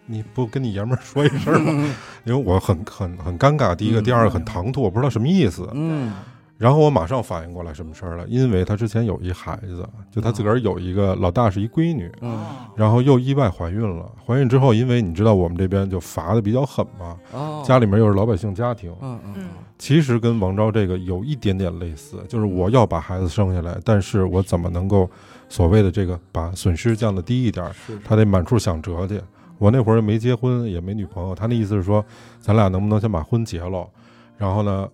S5: 你不跟你爷们儿说一声吗？因为我很很很尴尬，第一个，
S1: 嗯
S5: 第二个很唐突，我不知道什么意思。
S1: 嗯，
S5: 然后我马上反应过来什么事儿了，因为她之前有一孩子，就她自个儿有一个老大是一闺女，
S1: 嗯
S5: 然后又意外怀孕了。怀孕之后，因为你知道我们这边就罚的比较狠嘛，
S1: 哦
S5: 家里面又是老百姓家庭，
S1: 嗯嗯
S3: 嗯，
S5: 其实跟王昭这个有一点点类似，就是
S1: 嗯
S5: 我要把孩子生下来，但是我怎么能够所谓的这个把损失降得低一点儿？
S1: 是
S5: 他得满处想辙去。我那会儿没结婚，也没女朋友，他那意思是说，咱俩能不能先把婚结了？然后呢，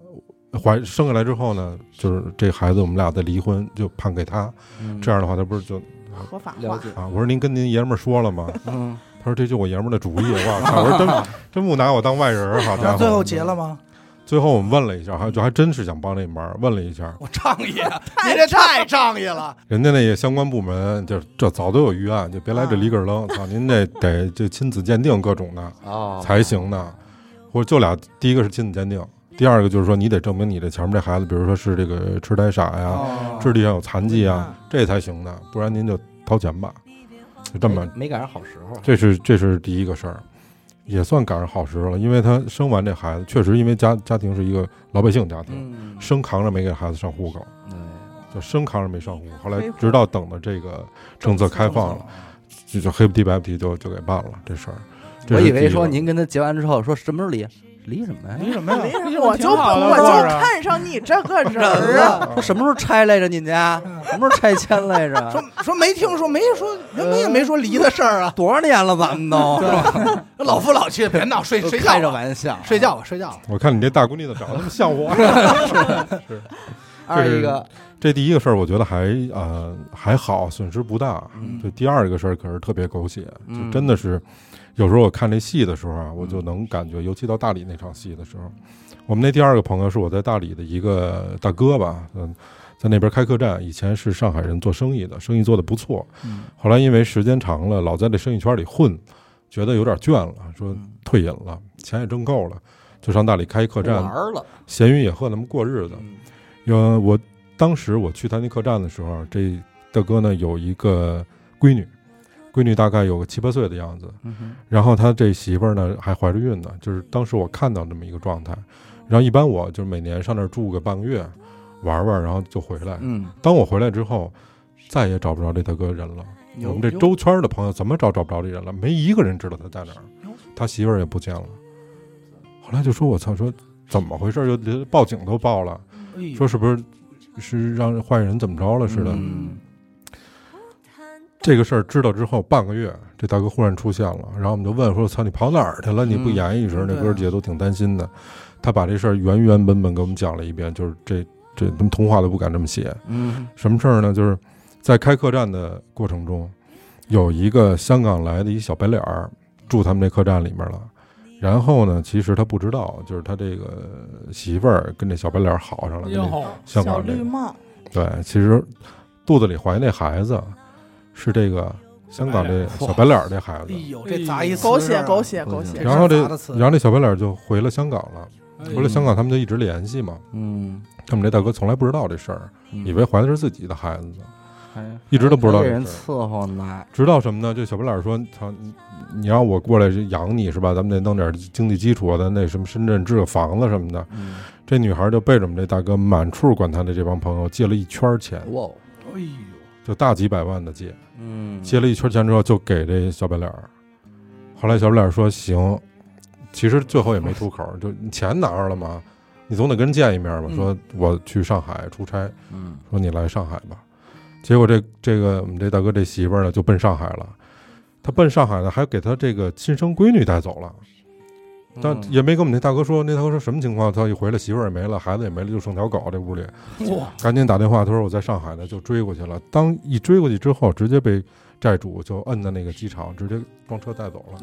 S5: 怀生下来之后呢，就是这孩子我们俩再离婚，就判给他。这样的话，他不是就
S3: 合法
S1: 了
S3: 化，
S1: 解，
S5: 啊？我说您跟您爷们儿说了吗？ (laughs)
S1: 嗯，
S5: 他说这就我爷们儿的主意。我
S2: (laughs)
S5: 操！我说真真不拿我当外人儿，好家
S2: 那 (laughs)
S5: 伙！
S2: 最后结了吗？
S5: 最后我们问了一下，还就还真是想帮这忙，问了一下，
S2: 我仗义，啊您这 (laughs) 太仗义了。
S5: 人家那个相关部门就这早都有预案，就别来这里个儿
S2: (laughs)
S5: 扔，操、您这得这亲子鉴定各种的
S1: 哦，
S5: 才行呢，或者就俩，第一个是亲子鉴定，第二个就是说你得证明你这前面这孩子，比如说是这个痴呆傻呀、
S2: 哦
S5: 智力上有残疾啊，这才行呢，不然您就掏钱吧，就这么，
S1: 没赶上好时候，
S5: 这是这是第一个事儿。也算赶上好时候了，因为他生完这孩子，确实因为家家庭是一个老百姓家庭，
S1: 嗯，
S5: 生扛着没给孩子上户口，
S1: 哎
S5: 就生扛着没上户
S1: 嗯
S5: 口。后来
S3: 恢复
S5: 直到等到这个政策开放了，就就黑不提白不提就就给办了这事儿。这
S1: 我
S5: 是
S1: 以为
S5: 第一
S1: 说
S5: 个
S1: 您跟他结完之后说什么时候离，离什么呀？
S2: 你什么
S6: 哎
S2: 呀？
S3: 我就我就看上你这个啊人儿啊，
S1: 说什么时候拆来着？你家什么时候拆迁来
S2: 说
S1: 着？
S2: 啊说没听说，没说人们也没说离的事儿啊。
S1: 多少年了，咱们都
S2: 老夫老妻，别闹，睡
S1: 都
S2: 睡觉
S1: 开着
S2: 吧，
S1: 玩笑。
S2: 睡觉吧，睡觉吧。
S5: 我看你这大闺女子长得那么像我，
S1: 二一个，
S5: 这第一个事儿我觉得还呃还好，损失不大。
S1: 嗯
S5: 这第二个事儿可是特别狗血，
S1: 嗯
S5: 就真的是有时候我看这戏的时候啊，我就能感觉，尤其到大理那场戏的时候，我们那第二个朋友是我在大理的一个大哥吧，嗯，在那边开客栈，以前是上海人做生意的，生意做得不错，
S6: 嗯
S5: 后来因为时间长了，老在这生意圈里混，觉得有点倦了，说
S1: 嗯
S2: 嗯
S5: 退隐了，钱也挣够了，就上大理开一客
S1: 玩
S5: 栈，
S1: 儿了，
S5: 闲云野鹤那么过日子。
S1: 嗯
S5: 呃，我当时我去他那客栈的时候，这大哥呢有一个闺女，闺女大概有个七八岁的样子，
S1: 嗯哼
S5: 然后他这媳妇儿呢还怀着孕呢，就是当时我看到这么一个状态。然后一般我就是每年上那儿住个半个月，玩玩，然后就回来。
S1: 嗯，
S5: 当我回来之后，再也找不着这大哥人了。我们这周圈的朋友怎么找找不着这人了？没一个人知道他在哪儿，他媳妇儿也不见了。后来就说：“我操，说怎么回事？就连报警都报了，说是不是是让坏人怎么着了似的？”
S1: 嗯
S5: 这个事儿知道之后，半个月，这大哥忽然出现了，然后我们就问说：“操，你跑哪儿去了？你不
S1: 嗯
S5: 演一声？”那
S2: 对啊
S5: 哥儿姐都挺担心的。他把这事儿原原本本给我们讲了一遍，就是这这他们童话都不敢这么写。
S1: 嗯
S5: 什么事儿呢？就是在开客栈的过程中，有一个香港来的一小白脸儿住他们这客栈里面了。然后呢，其实他不知道，就是他这个媳妇儿跟这小白脸儿好上了，跟这
S6: 哟，
S5: (laughs) 香
S3: 小
S5: 港这
S3: 绿
S5: 个
S3: 帽，
S5: 对，其实肚子里怀那孩子是这个香港这
S1: 小白脸儿
S5: 小白脸儿这孩子
S2: 哎。呦，这砸一
S3: 狗血狗
S2: 血！
S3: 血啊狗血，
S5: 然后这
S2: 这是砸的词啊嗯
S5: 然后这小白脸儿就回了香港了，回
S1: 不
S5: 了
S6: 哎
S1: 是
S5: 香港他们就一直联系嘛。
S1: 嗯，
S5: 他们这大哥从来不知道这事儿，
S2: 嗯
S5: 以为怀的是自己的孩子呢。
S1: 哎
S5: 一直都不知道
S1: 被
S5: 这
S1: 人
S5: 事儿
S1: 伺候呢，
S5: 直到什么呢？这小白脸说：“操，你你让我过来养你是吧？咱们得弄点经济基础，啊咱得什么深圳置个房子什么的。
S1: 嗯，”
S5: 这女孩就背着我们这大哥满处管他的这帮朋友借了一圈儿钱，
S1: 哇，哦
S2: 哎呦，
S5: 就大几百万的借，
S1: 嗯，
S5: 借了一圈儿钱之后就给这小白脸儿。后来小白脸儿说：“行。”其实最后也没出口，就你钱拿着了嘛，你总得跟人见一面吧。
S2: 嗯
S5: 说我去上海出差，
S1: 嗯，
S5: 说你来上海吧。结果这这个我们这大哥这媳妇儿呢就奔上海了，他奔上海呢还给他这个亲生闺女带走了，但
S1: 嗯
S5: 也没跟我们那大哥说。那大哥说什么情况？他一回来媳妇儿也没了，孩子也没了，就剩条狗这屋里，
S2: 哇，
S5: 赶紧打电话。他说我在上海呢，就追过去了。当一追过去之后，直接被债主就摁在那个机场，直接装车带走了。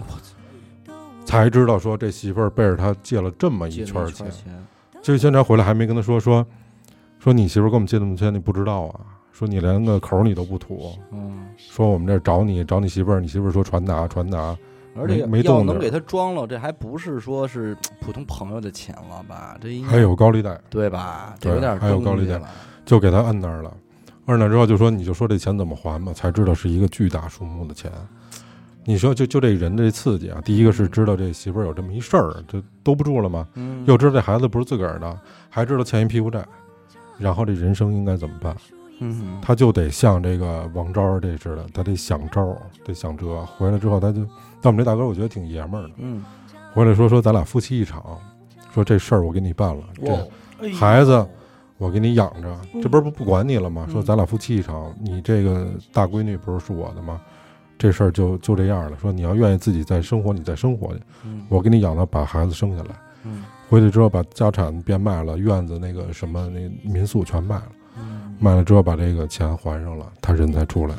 S5: 才知道说这媳妇儿背着他借了这么
S1: 借
S5: 一
S1: 了
S5: 圈儿
S1: 一
S5: 钱
S1: 儿，钱，
S5: 这个宣传回来还没跟他说，说说你媳妇儿给我们借那么多钱，你不知道啊？说你连个口儿你都不吐，
S1: 嗯，
S5: 说我们这儿找你找你媳妇儿，你媳妇儿说传达传达，
S1: 而且
S5: 没
S1: 要
S5: 动
S1: 能
S5: 静
S1: 给他装了，这还不是说是普通朋友的钱了吧？这应该
S5: 还有哎高利贷，
S1: 对吧？这
S5: 对
S1: 有点
S5: 还有高利
S1: 东西
S5: 贷
S1: 了，
S5: 就给他摁那儿了。摁那儿之后就说你就说这钱怎么还吧，才知道是一个巨大数目的钱。你说就就这人这刺激啊！第一个是知道这媳妇儿有这么一事儿，这兜不住了嘛，
S1: 嗯，
S5: 又知道这孩子不是自个儿的，还知道欠一屁股债，然后这人生应该怎么办？
S1: 嗯，
S5: 他就得像这个王昭儿这似的，他得想招儿，得想辙。回来之后，他就，但我们这大哥我觉得挺爷们儿的，
S1: 嗯，
S5: 回来说说咱俩夫妻一场，说这事儿我给你办了，这
S2: 哎呦
S5: 孩子啊我给你养着，这不是不不管你了吗？
S1: 嗯
S5: 说咱俩夫妻一场，你这个大闺女不是是我的吗？这事儿就就这样了。说你要愿意自己再生活，你再生活去，
S1: 嗯，
S5: 我给你养到把孩子生下来。
S1: 嗯
S5: 回去之后把家产变卖了，院子那个什么那民宿全卖了，
S1: 嗯
S5: 卖了之后把这个钱还上了，他人才出来。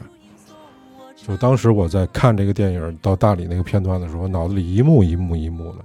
S5: 就当时我在看这个电影到大理那个片段的时候，脑子里一幕一幕一幕的，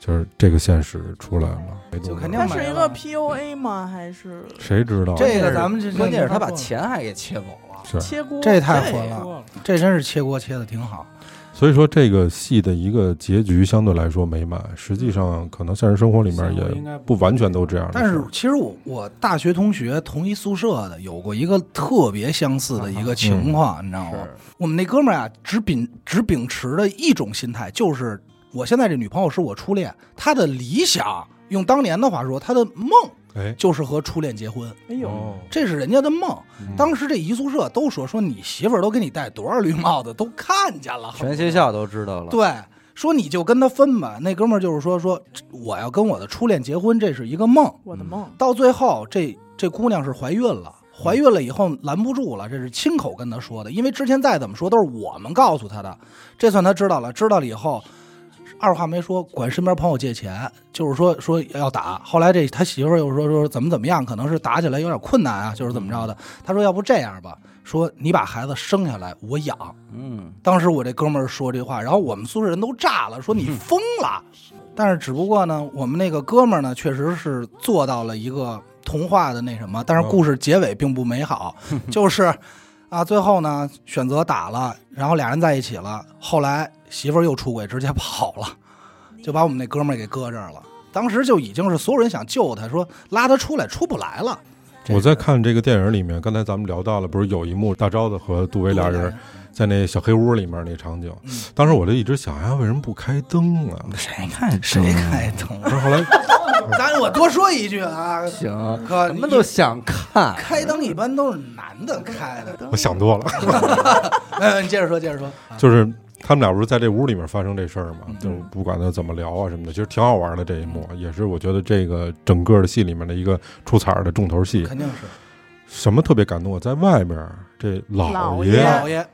S5: 就是这个现实出来了。没多
S2: 就
S5: 久
S2: 肯定
S3: 它
S2: 买
S3: 是一
S2: 了
S3: 个 PUA 吗？还是
S5: 谁知道啊
S2: 这个咱们这
S1: 关键是
S2: 他
S1: 他把钱还给切走了，
S5: 是
S3: 切锅？
S2: 这太混
S6: 哎
S3: 这
S2: 了，这真是切锅切的挺好。
S5: 所以说这个戏的一个结局相对来说美满，实际
S2: 嗯
S5: 上可能现实生活里面也不完全都这样的事
S2: 但
S5: 儿。
S2: 是其实我我大学同学同一宿舍的有过一个特别相似的一个情况，你知道吗？我们那哥们儿啊，只秉只秉持的一种心态，就是我现在这女朋友是我初恋，她的理想，用当年的话说，她的梦
S5: 哎，
S2: 就是和初恋结婚，
S3: 哎呦，
S5: 哦
S2: 这是人家的梦。
S5: 嗯
S2: 当时这一宿舍都说说你媳妇儿都给你戴多少绿帽子，都看见了，
S1: 全学校都知道了，
S2: 对，说你就跟他分吧。那哥们儿就是说说我要跟我的初恋结婚，这是一个梦。
S3: 我的梦，
S2: 到最后，这这姑娘是怀孕了，怀孕了以后拦不住了，这是亲口跟她说的，因为之前再怎么说都是我们告诉她的，这算她知道了。知道了以后，二话没说，管身边朋友借钱，就是说说要打。后来这他媳妇儿又说说怎么怎么样，可能是打起来有点困难啊，就是怎么着的。他说要不这样吧，说你把孩子生下来我养。
S1: 嗯，
S2: 当时我这哥们儿说这话，然后我们宿舍人都炸了，说
S1: 嗯
S2: 你疯了。但是只不过呢，我们那个哥们儿呢，确实是做到了一个童话的那什么，但是故事结尾并不
S1: (laughs)
S2: 美好，就是啊，最后呢选择打了，然后俩人在一起了，后来媳妇儿又出轨，直接跑了，就把我们那哥们儿给搁这儿了。当时就已经是所有人想救他，说拉他出来，出不来了。这
S5: 我
S2: 是
S5: 在看这个电影里面，刚才咱们聊到了，不是有一幕大招子和杜威俩人，在那小黑屋里面那场景，
S2: 嗯
S5: 当时我就一直想，哎呀，为什么不开灯啊？
S1: 谁看
S2: 谁开
S1: (laughs)
S2: 灯？
S5: 然后后来，
S2: 咱我多说一句啊，
S1: 行？
S2: 哥，
S5: 嗯
S1: 什
S2: 你
S1: 么都想看，
S2: 开灯一般都是男的开 (laughs) 的。
S5: 我想多了，
S2: 嗯，你接着说，接着说。啊
S5: 就是他们俩不是在这屋里面发生这事儿嘛
S2: 嗯，
S5: 就是不管他怎么聊啊什么的，其实挺好玩的这一幕，也是我觉得这个整个的戏里面的一个出彩儿的重头戏。
S2: 肯定是
S5: 什么特别感动啊？在外面这
S3: 老
S5: 老
S3: 爷
S5: 爷，
S2: 老爷，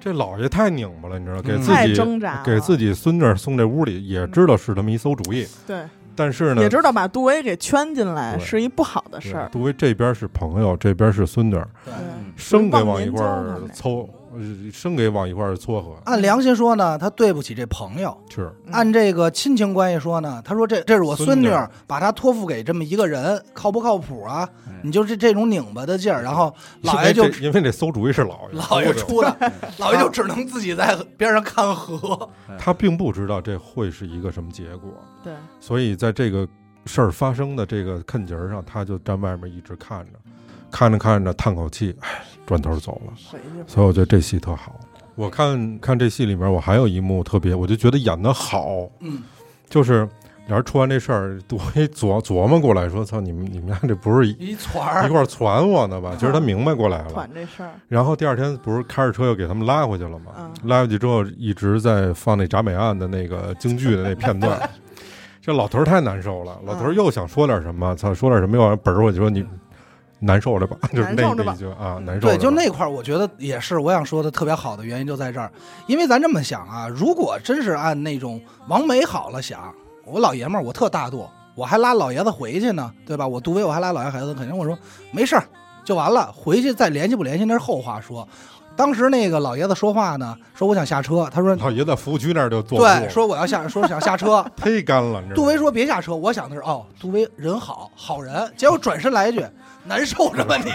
S5: 这老爷太拧巴了，你知道，给
S1: 嗯
S5: 自
S3: 太
S5: 己
S3: 挣扎了，
S5: 给自己孙女送这屋里，也知道是他们一馊主意，
S3: 对，
S5: 但是呢
S3: 也，知道把杜威给圈进来
S5: 对
S3: 是一不好的事儿，
S5: 杜威这边是朋友，这边是孙女儿，
S2: 对
S3: 对
S5: 生给往一块
S3: 忘年交他
S5: 儿
S3: 们
S5: 凑，呃生给往一块儿撮合，
S2: 按良心说呢，他对不起这朋友；
S5: 是
S3: 嗯
S2: 按这个亲情关系说呢，他说这这是我孙女
S5: 孙女
S2: 儿，把她托付给这么一个人，靠不靠谱啊
S1: 嗯？
S2: 你就这这种拧巴的劲儿，然后老爷
S5: 因
S2: 就
S5: 嗯为这因为这馊主意是老爷，
S2: 老爷
S5: 馊主意
S2: 出来，老爷就只能自己在边上看河。
S5: 他并不知道这会是一个什么结果，
S3: 对，
S5: 所以在这个事儿发生的这个坎节儿上，他就站外面一直看着，看着看着叹口气，唉，转头走了。
S3: 回去吧
S5: 所以我觉得这戏特好。我看看这戏里面，我还有一幕特别，我就觉得演得好，
S2: 嗯，
S5: 就是俩人出完这事儿， (laughs) 我一琢琢磨过来说：“操，你们你们家这不是一
S2: 一团
S5: 一
S2: 儿，
S5: 块儿传我呢吧？”其实他明白过来了。
S3: 团这事儿，
S5: 然后第二天不是开着车又给他们拉回去了吗？
S3: 嗯
S5: 拉回去之后一直在放那铡美案的那个京剧的那
S2: (laughs)
S5: 片段。这老头儿太难受
S2: 嗯
S5: 了，老头儿又想说点什么，操，说点什么又往本儿我就说你难受着吧，就是那
S3: 难受着
S5: 那
S3: 吧
S5: 一句啊，
S3: 嗯
S5: 难受着吧。
S2: 对，就那块儿，我觉得也是我想说的特别好的原因就在这儿，因为咱这么想啊，如果真是按那种往美好了想，我老爷们儿我特大度，我还拉老爷子回去呢，对吧？我杜威我还拉老爷孩子，肯定我说没事儿就完了，回去再联系不联系那是后话说。当时那个老爷子说话呢，说我想下车，他说
S5: 老爷在服务区那儿就坐不住
S2: 对，说我要下，说想下
S5: (laughs)
S2: 车，
S5: 忒干了。你知道吗
S2: 杜威说别下车，我想的是哦，杜威人好，好人。结果转身来一句：“难受着吧
S5: (laughs)
S2: 你，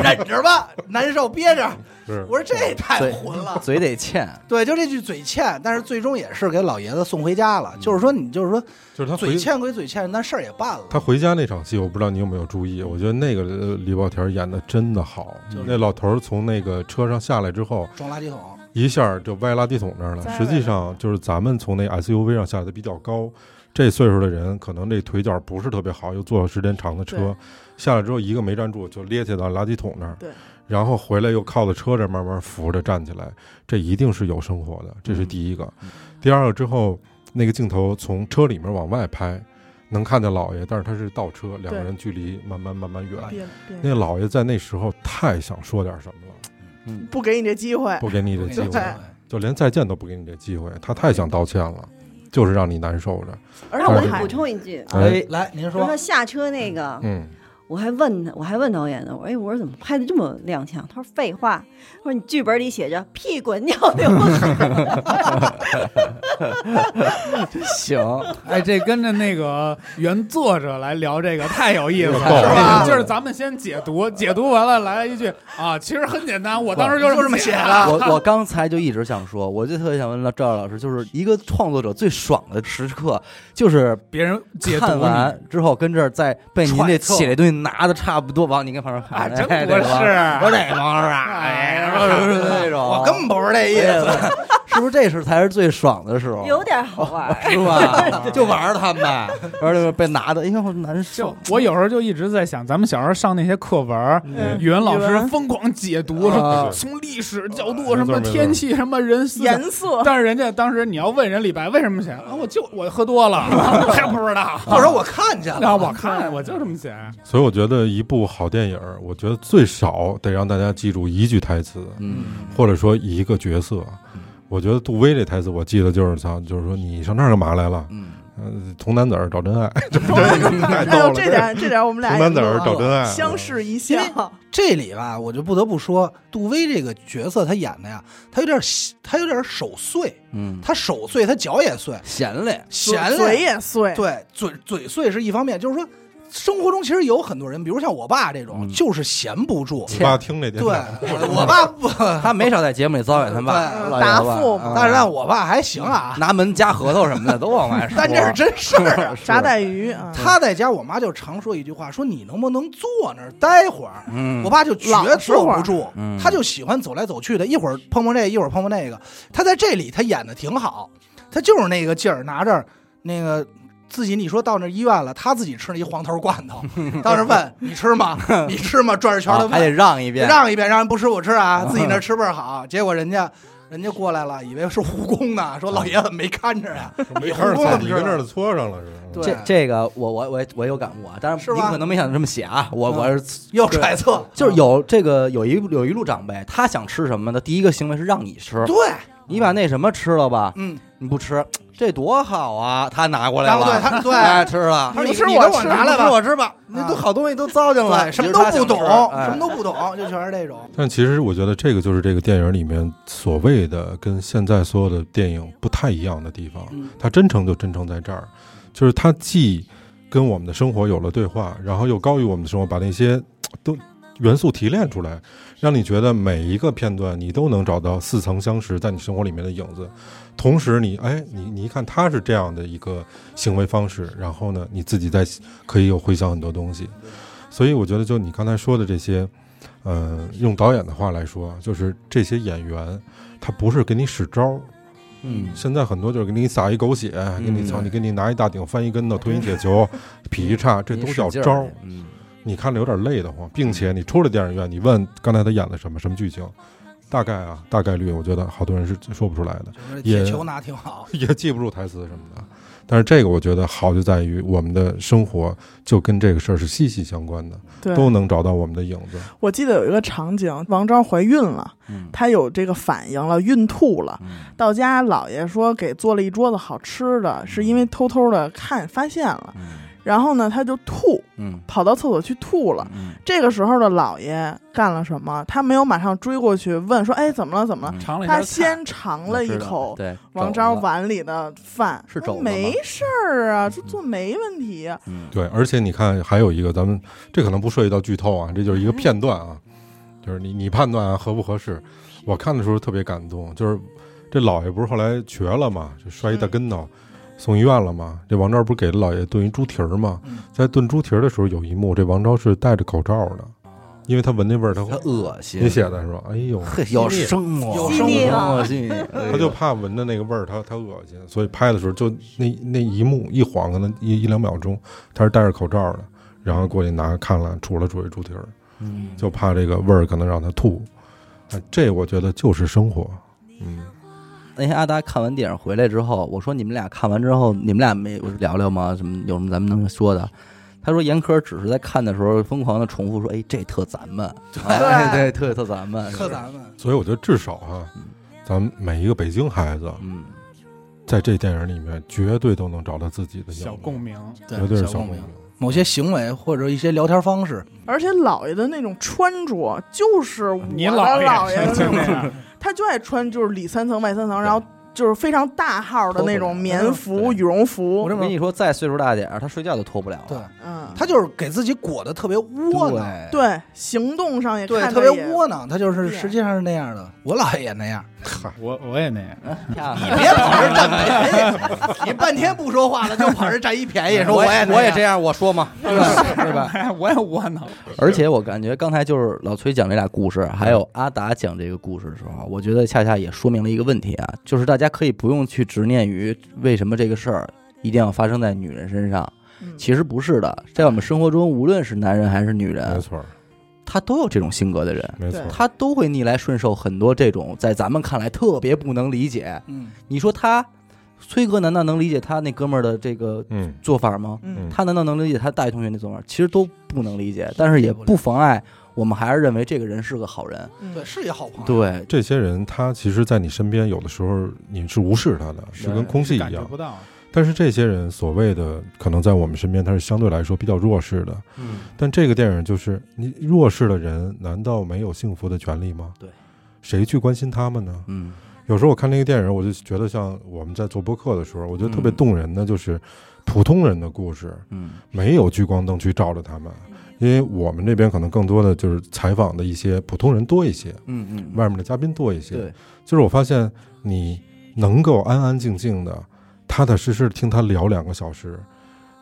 S2: 忍着吧，难受憋着。”
S5: 是
S2: 我说这也太混了。
S1: 嘴得欠，
S2: (laughs) 对，就这句嘴欠，但是最终也是给老爷子送回家了。就是说，你就是说
S5: 就是他回
S2: 嘴欠归嘴欠，但事儿也办了。
S5: 他回家那场戏，我不知道你有没有注意，我觉得那个呃李保田演的真的好。
S2: 就是
S5: 那老头儿从那个车上下来之后，
S2: 装垃圾桶，
S5: 一下就歪垃圾桶那儿了。
S3: 栽了
S5: 实际上就是咱们从那 SUV 上下的比较高，这岁数的人可能这腿脚不是特别好，又坐时间长的车
S3: 对，
S5: 下来之后一个没站住就趔趄到垃圾桶那儿，
S3: 对，
S5: 然后回来又靠在车这儿慢慢扶着站起来，这一定是有生活的，这是第一个。
S1: 嗯
S5: 第二个之后，那个镜头从车里面往外拍，能看见老爷，但是他是倒车，两个
S3: 对
S5: 人距离慢慢慢慢远。
S3: 变
S5: 那
S3: 变
S5: 老爷在那时候太想说点什么了，
S1: 嗯
S3: 不给你这机会，
S5: 不给你
S2: 对
S5: 这
S2: 对
S5: 机
S2: 对
S5: 会，就连再见都不给你这机会，他太想道歉了，就是让你难受着。
S3: 而且
S4: 那
S5: 但
S4: 我嗯
S5: 是
S4: 得
S3: 还
S4: 补充一句，
S5: 哎，
S2: 来，您
S4: 就是
S2: 说
S4: 他，下车那个，
S5: 嗯，
S4: 我还问他，我还问导演呢，我说哎，我说怎么拍的这么踉跄？他说废话，他说你剧本里写着屁滚尿流，
S1: (laughs) 行，
S6: 哎，这跟着那个原作者来聊这个太有意思了，
S5: 够了
S6: 是吧？
S5: 嗯
S6: 就是咱们先解读，解读完了来了一句啊，其实很简单，我当时就是
S2: 就这么写
S6: 的。
S2: 的。
S1: 我我刚才就一直想说，我就特别想问到赵老师，就是一个创作者最爽的时刻，就是
S6: 别人解读
S1: 看
S6: 你，
S1: 完之后跟这儿再被您这
S2: 揣测
S1: 写这东西拿的差不多，往你跟旁边
S6: 哎，
S1: 看，
S6: 真
S1: 哎
S6: 不
S1: 这
S6: 是，
S1: 个吧
S6: 我
S1: 这帮是吧
S6: 哎
S1: (laughs)
S2: (laughs)
S1: 就是那种，
S2: 我根本不是这意思，
S1: 哎是不是这是才是最爽的时候？
S4: 有点好玩儿。
S1: (laughs) 是吧？就玩儿他们呗，玩儿就是被拿的，哎呦难
S6: 就
S1: 受。
S6: 我有时候就一直在想，咱们小时候上那些课文儿，
S3: 嗯
S6: 语文老
S3: 语
S6: 师
S3: 文
S6: 疯狂解读，说
S1: 啊
S6: 从历史角度什
S5: 没错
S6: 么
S5: 没错
S6: 天气什么人思想
S3: 颜色
S6: 但是人家当时你要问人李白为什么写啊，我就我喝多了，我也不知道。
S2: 或
S6: (laughs)
S2: 者我看见了，
S6: 那我看我就这么写，
S5: 所以我觉得一部好电影，我觉得最少得让大家记住一句台词，
S1: 嗯，
S5: 或者说一个角色
S1: 嗯。
S5: 我觉得杜威这台词我记得就是操，就是说你上那儿干嘛来了？
S1: 嗯，
S5: 嗯，童男子儿
S3: (laughs)
S5: 找真爱，这太
S3: (laughs) 哎
S5: 逗
S3: 呦，
S5: 了。
S3: 这点这点我们俩
S5: (laughs) 童
S3: 也
S5: 男子
S3: 乐
S5: 儿
S3: 了
S5: 找真爱，
S3: 相视一笑，
S2: 这里吧，我就不得不说，杜威这个角色他演的呀，他有点他有点手碎，
S1: 嗯，
S2: 他手碎，他脚也碎，
S1: 闲嘞，
S2: 闲
S3: 嘴
S2: 了。
S3: 也碎，
S2: 对，嘴嘴碎是一方面，就是说生活中其实有很多人，比如像我爸这种，
S1: 嗯
S2: 就是闲不住。
S5: 你爸听这
S2: 对，
S5: 电
S3: (laughs)
S5: 台，
S2: 我爸不，
S1: 他没少在节目里遭践他爸，
S2: 对
S1: 老
S3: 答
S1: 爷子
S3: 复
S1: 啊
S2: 但是但我爸还行啊，
S1: 拿门夹核桃什么的都往外说，
S2: 但这是真事儿啊。
S3: 炸带鱼啊，
S2: 他在家，我妈就常说一句话，说你能不能坐那儿待会儿？
S1: 嗯，
S2: 我爸就绝坐不住
S1: 嗯，
S2: 他就喜欢走来走去的，一会儿碰碰这，一会儿碰碰那个。他在这里他演的挺好，他就是那个劲儿，拿着那个自己，你说到那医院了，他自己吃了一黄桃罐
S1: (laughs)
S2: 头，当时问你吃吗？你吃吗？转着圈
S1: 啊
S2: 的
S1: 还得
S2: 问，
S1: 让一遍，
S2: 让一遍，让人不吃我吃啊，自己那吃倍儿好，结果人家。人家过来了，以为是蜈蚣呢，说
S1: 嗯
S2: 老爷子没看着啊呀，
S5: 没
S2: 你
S5: 开始
S2: 蜈
S5: 操，
S2: 蚣怎
S5: 你
S2: 么
S5: 跟
S2: 知
S5: 这儿
S2: 道？
S5: 搓上了是吧？
S1: 这
S2: 对
S1: 这个我我我我有感悟啊，但是
S2: 是
S1: 你
S2: 吧嗯
S1: 可能没想这么写啊，我我是
S2: 又揣测，
S1: 就是有这个有一有一路长辈，他想吃什么的第一个行为是让你吃，
S2: 对，
S1: 你把那什么吃了吧，
S2: 嗯，
S1: 你不吃，这多好啊！他拿过来
S2: 然后对
S1: 了，
S2: 他对，
S1: 哎，吃了，
S2: 他说
S3: 你
S2: 你
S3: 吃
S2: 你
S3: 我
S2: 给我
S3: 吃
S2: 拿
S3: 你
S2: 来
S1: 吃
S2: 吧，嗯
S1: 我吃吧，那都好东西都糟践了，
S2: 对，什么都不懂，什么
S1: 都
S2: 都不懂，就全是这种。
S5: 但其实我觉得这个就是这个电影里面所谓的跟现在所有的电影不太一样的地方
S2: 嗯，
S5: 它真诚就真诚在这儿，就是它既跟我们的生活有了对话，然后又高于我们的生活，把那些都元素提炼出来，让你觉得每一个片段你都能找到似曾相识在你生活里面的影子。同时你，哎，你你一看他是这样的一个行为方式，然后呢，你自己再可以有回想很多东西。所以我觉得，就你刚才说的这些，呃，用导演的话来说，就是这些演员，他不是给你使招儿，
S1: 嗯
S5: 现在很多就是给你撒一狗血，给你操，
S1: 对
S5: 你给你拿一大顶翻一跟头，推一铁球， (laughs) 劈一叉，这都叫招儿。，
S1: 嗯，
S5: 你看着有点累得慌，并且你出了电影院，你问刚才他演了什么，什么剧情，大概啊，大概率我觉得好多人是说不出来的，
S2: 就是
S5: 也
S2: 铁球拿挺好，
S5: 也记不住台词什么的。但是这个我觉得好就在于我们的生活就跟这个事儿是息息相关的，
S3: 对，
S5: 都能找到我们的影子。
S3: 我记得有一个场景，王昭怀孕了，
S1: 嗯
S3: 她有这个反应了，孕吐了。到家，姥爷说给做了一桌子好吃的，是因为偷偷的看发现了，然后呢，她就吐，
S1: 嗯
S3: 跑到厕所去吐了。
S1: 嗯，
S3: 这个时候的姥爷干了什么？他没有马上追过去问说：“哎，怎么了？怎么
S1: 嗯
S3: 了？”
S6: 尝了一下
S3: 他
S6: 菜，
S3: 先尝了一口
S1: 对，
S3: 王昭碗里的饭，
S1: 是
S3: 说
S1: 肘子吗
S3: 没事儿啊，这做没问题啊。
S1: 嗯，
S5: 对，而且你看，还有一个，咱们这可能不涉及到剧透啊，这就是一个片段啊，就是你你判断、啊、合不合适。我看的时候特别感动，就是这老爷不是后来瘸了嘛，就摔一大跟头，送医院了嘛。这王昭不是给老爷炖一猪蹄儿嘛
S2: 嗯，
S5: 在炖猪蹄儿的时候，有一幕，这王昭是戴着口罩的，因为他闻那味儿，他
S1: 哦他
S5: 会
S1: 恶心，
S5: 你写的是吧？哎呦，
S1: 嘿，有生活，
S2: 有
S4: 生活犀利啊
S1: 有生活
S5: 他就怕闻的那个味儿，他他恶心，所以拍的时候就那那一幕一晃，可能一一两秒钟，他是戴着口罩的，然后过去拿看了，杵了杵一猪蹄儿，
S1: 嗯
S5: 就怕这个味儿可能让他吐。哎，这我觉得就是生活，嗯，
S1: 那天阿达看完电影回来之后，我说你们俩看完之后，你们俩没有聊聊吗？什么有什么咱们能说的？他说严科只是在看的时候疯狂的重复说，哎，这特咱们，哎，对，特特咱们，
S2: 特，咱们
S5: 所以我觉得至少哈、
S1: 嗯
S5: 咱们每一个北京孩子
S1: 嗯，
S5: 在这电影里面绝对都能找到自己的影
S6: 小共，鸣，
S5: 绝对是
S2: 小
S5: 小
S2: 共
S5: 鸣
S2: 鸣。。某些行为或者一些聊天方式，
S3: 而且姥爷的那种穿着，就是我的
S6: 你姥
S3: 姥爷的
S6: 就 (laughs) 那
S3: 那种，
S6: 样，
S3: 他就爱穿就是里三层外三层，然后就是非常大号的那种棉服、
S1: 对
S3: 羽绒
S2: 我
S3: 服
S2: 这，
S1: 我
S2: 么
S1: 跟你说，再岁数大点儿，他睡觉都脱不了了。
S2: 对，
S3: 嗯，
S2: 他就是给自己裹得特别窝囊，
S1: 对，
S3: 对行动上也
S2: 对，
S3: 看
S2: 特
S3: 着
S2: 别
S3: 也
S2: 窝囊，他就是
S3: 对
S2: 实际上是那样的。我姥爷也那样，
S6: 我我也那样，
S1: 漂
S2: 你
S1: 亮
S2: 别跑这儿占便 (laughs) 宜，你半天不说话了，就跑这儿占一便宜，说
S1: 我
S2: (laughs) 也
S1: 我也
S2: 这
S1: 这样，我说嘛，对吧？对吧？
S6: (laughs) 哎，我也窝囊，
S1: 而且我感觉刚才就是老崔讲这俩故事，还有阿达讲这个故事的时候，我觉得恰恰也说明了一个问题啊，就是大家可以不用去执念于为什么这个事儿一定要发生在女人身上，
S3: 嗯
S1: 其实不是的，在我们生活中，无论是男人还是女
S5: 没
S1: 人，
S5: 错儿，
S1: 他都有这种性格的人。
S5: 没错儿
S3: 对。
S1: 他都会逆来顺受很多这种在咱们看来特别不能理解。
S2: 嗯，
S1: 你说他，崔哥难道能理解他那哥们儿的这个
S5: 嗯，
S1: 做法吗？
S3: 嗯
S5: 嗯
S1: 他难道能理解他大学同学那做法？其实都不能理解，但是也不妨碍我们还是认为这个人是个好
S5: 啊
S1: 人。
S3: 嗯
S2: 对，是一好朋友，
S1: 对，
S5: 这些人他其实，在你身边，有的时候你是无视他的，是跟空气一
S6: 感觉
S5: 样
S6: 不。到。
S5: 但是这些人所谓的，可能在我们身边，他是相对来说比较弱势的。
S1: 嗯，
S5: 但这个电影就是，你弱势的人难道没有幸福的权利吗？
S1: 对，
S5: 谁去关心他们呢？
S1: 嗯，
S5: 有时候我看那个电影，我就觉得像我们在做播客的时候，我觉得特别
S1: 嗯
S5: 动人的就是普通人的故事，
S1: 嗯，
S5: 没有聚光灯去照着他们，因为我们这边可能更多的就是采访的一些普通人多一些，
S1: 嗯嗯，
S5: 外面的嘉宾多一些。
S1: 对，
S5: 就是我发现你能够安安静静的、踏踏实实地听他聊两个小时，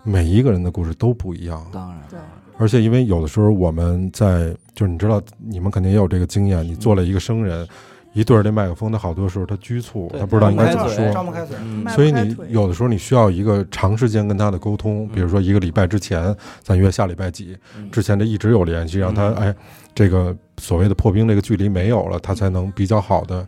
S5: 每一个人的故事都不一样。
S1: 当然，
S3: 对
S5: 而且因为有的时候我们在，就是你知道，你们肯定也有这个经验，你做了一个生人，一对着这麦克风，他好多时候他局促，
S1: 对
S5: 他不知道应该怎
S1: 张不
S5: 么
S1: 开嘴
S2: 张不开
S5: 说。
S2: 嘴，
S1: 嗯
S3: 麦
S5: 所以
S3: 不开
S5: 你
S3: 腿
S5: 有的时候你需要一个长时间跟他的沟通，
S1: 嗯
S5: 比如说一个礼拜之前，咱约下礼拜几，之前这一直有联系，让他
S1: 嗯
S5: 哎，这个所谓的破冰这个距离没有了，他才能比较好的啊、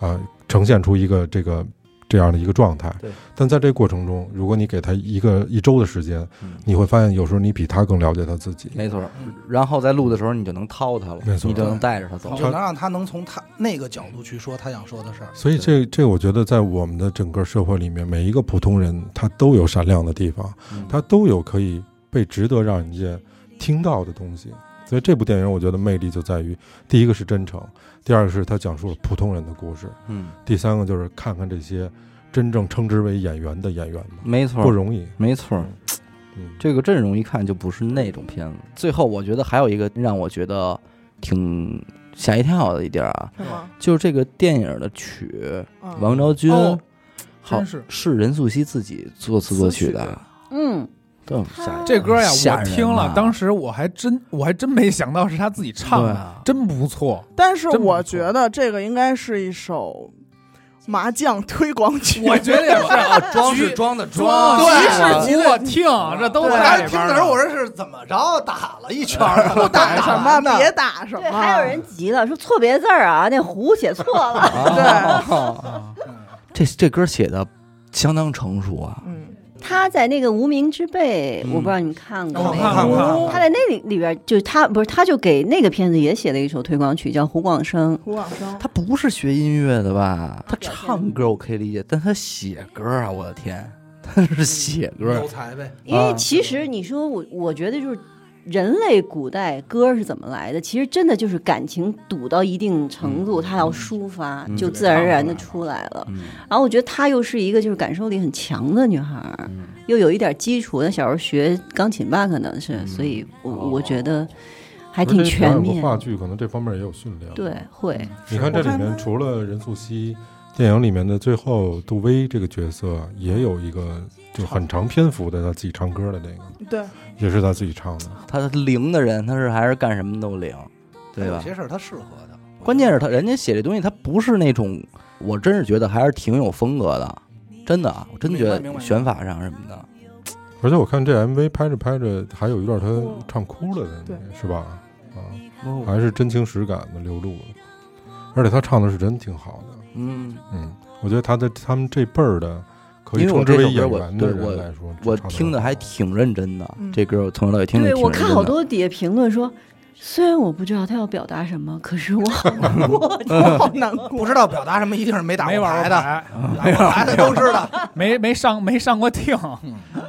S5: 呃呈现出一个这个这样的一个状态
S1: 对。
S5: 但在这个过程中，如果你给他一个一周的时间
S1: 嗯，
S5: 你会发现有时候你比他更了解他自己。
S1: 没错。然后在录的时候，你就能掏他了，
S5: 嗯没错
S1: 你就能带着他走
S2: 你。就能让他能从他那个角度去说他想说的事儿。
S5: 所以这这，我觉得在我们的整个社会里面，每一个普通人他都有闪亮的地方，
S1: 嗯
S5: 他都有可以被值得让人家听到的东西。所以这部电影，我觉得魅力就在于，第一个是真诚，第二个是他讲述了普通人的故事，
S1: 嗯，
S5: 第三个就是看看这些真正称之为演员的演员嘛，
S1: 没错
S5: 不，容易。
S1: 没错。
S5: 嗯，
S1: 这个阵容一看就不是那种片子。最后，我觉得还有一个让我觉得挺吓一跳的一点啊，
S3: 是吗？
S1: 就是这个电影的曲，
S3: 嗯
S1: 王昭君
S6: 哦
S1: 好
S6: 真是
S1: 是任素汐自己作词作曲的，
S4: 嗯，
S1: 更吓
S6: 这歌呀，
S1: 吓
S6: 我
S1: 人
S6: 听了
S1: 呐，
S6: 当时我还真我还真没想到是他自己唱
S1: 对
S6: 的
S1: 啊，
S6: 真不错。
S3: 但是
S6: 真不
S3: 我
S6: 错
S3: 觉得这个应该是一首麻将推广曲，
S6: 我觉得也是啊， (laughs)
S1: 装是装的
S6: 装
S1: 对
S6: 局是局，我听这都
S3: 对
S2: 当
S6: 在
S2: 时
S6: 里
S2: 啊听
S6: 边
S2: 的时候，我说是怎么着打了一圈儿， (laughs) 不打
S3: (laughs) 什么别打什么，
S4: 对，还有人急了，说错别字儿啊，那胡写错了。
S3: (laughs)
S1: 对，
S6: 啊
S1: 这这歌写的相当成熟啊，
S3: 嗯，
S4: 他在那个《无名之辈》，
S1: 嗯
S4: 我不知道你们看过
S2: 我
S4: 没
S6: 看
S4: 有？
S6: 过
S2: 过
S4: 他在那里里边，就是他不是，他就给那个片子也写了一首推广曲，叫《湖广生》。
S3: 胡广生
S1: 他不是学音乐的吧？他唱歌我可以理解，但他写歌啊，我的天，他是写歌
S2: 有，才呗，
S4: 因为
S1: 啊
S4: 其实你说我，我觉得就是人类古代歌是怎么来的？其实真的就是感情堵到一定程度，它要抒发，
S1: 嗯
S4: 就自然而然的出来了。
S1: 嗯
S4: 然后我觉得她又是一个就是感受力很强的女孩儿，
S1: 嗯
S4: 又有一点基础，她小时候学钢琴吧，可能
S1: 嗯
S4: 是，所以我
S1: 哦
S4: 我觉得还挺全
S5: 有个
S4: 面。
S5: 话剧可能这方面也有训练。
S4: 对，，
S1: 嗯
S4: 会，
S5: 你看这里
S3: 我看
S5: 面
S3: 他
S5: 除了任素汐，电影里面的最后杜威这个角色也有一个就很长篇幅的他自己
S4: 嗯
S5: 唱歌的那个，
S3: 对，
S1: 嗯
S5: 也是他自己唱的。
S1: 他灵的人，他是还是干什么都灵，对吧
S2: 有？些事儿他适合他，
S1: 关键是他人家写这东西，他不是那种，我真是觉得还是挺有风格的，真的啊，我真觉
S2: 明白明
S1: 得
S2: 白
S1: 选法上什么的，
S5: 而且我看这 MV 拍着拍着，还有一段他唱哭了
S3: 对
S5: 的，是吧？啊，还是真情实感的流露了，而且他唱的是真挺好的。
S1: 嗯，
S5: 嗯，我觉得他的他们这辈儿的，可以
S1: 因为我
S5: 称之
S1: 这
S5: 为
S1: 首歌
S5: 演
S1: 我
S5: 员的
S1: 对我
S5: 人来说，
S1: 我
S5: 唱得
S1: 听的
S5: 很
S1: 还
S5: 好
S1: 挺认真的
S3: 嗯，
S1: 这歌我从头到尾听的
S4: 对
S1: 挺
S4: 我
S1: 认真
S4: 看
S1: 的
S4: 好多底下评论说，虽然我不知道他要表达什么，可是我
S1: (laughs)
S4: 好难过。
S3: 我好
S2: (laughs)
S3: 难过。
S2: 不知道表达什么，一定是没打
S6: 没
S2: 过
S6: 玩
S2: 牌
S6: 过
S2: 的，
S6: 牌，
S2: 打 (laughs) 过牌的都知道，
S6: 没没上没上过听，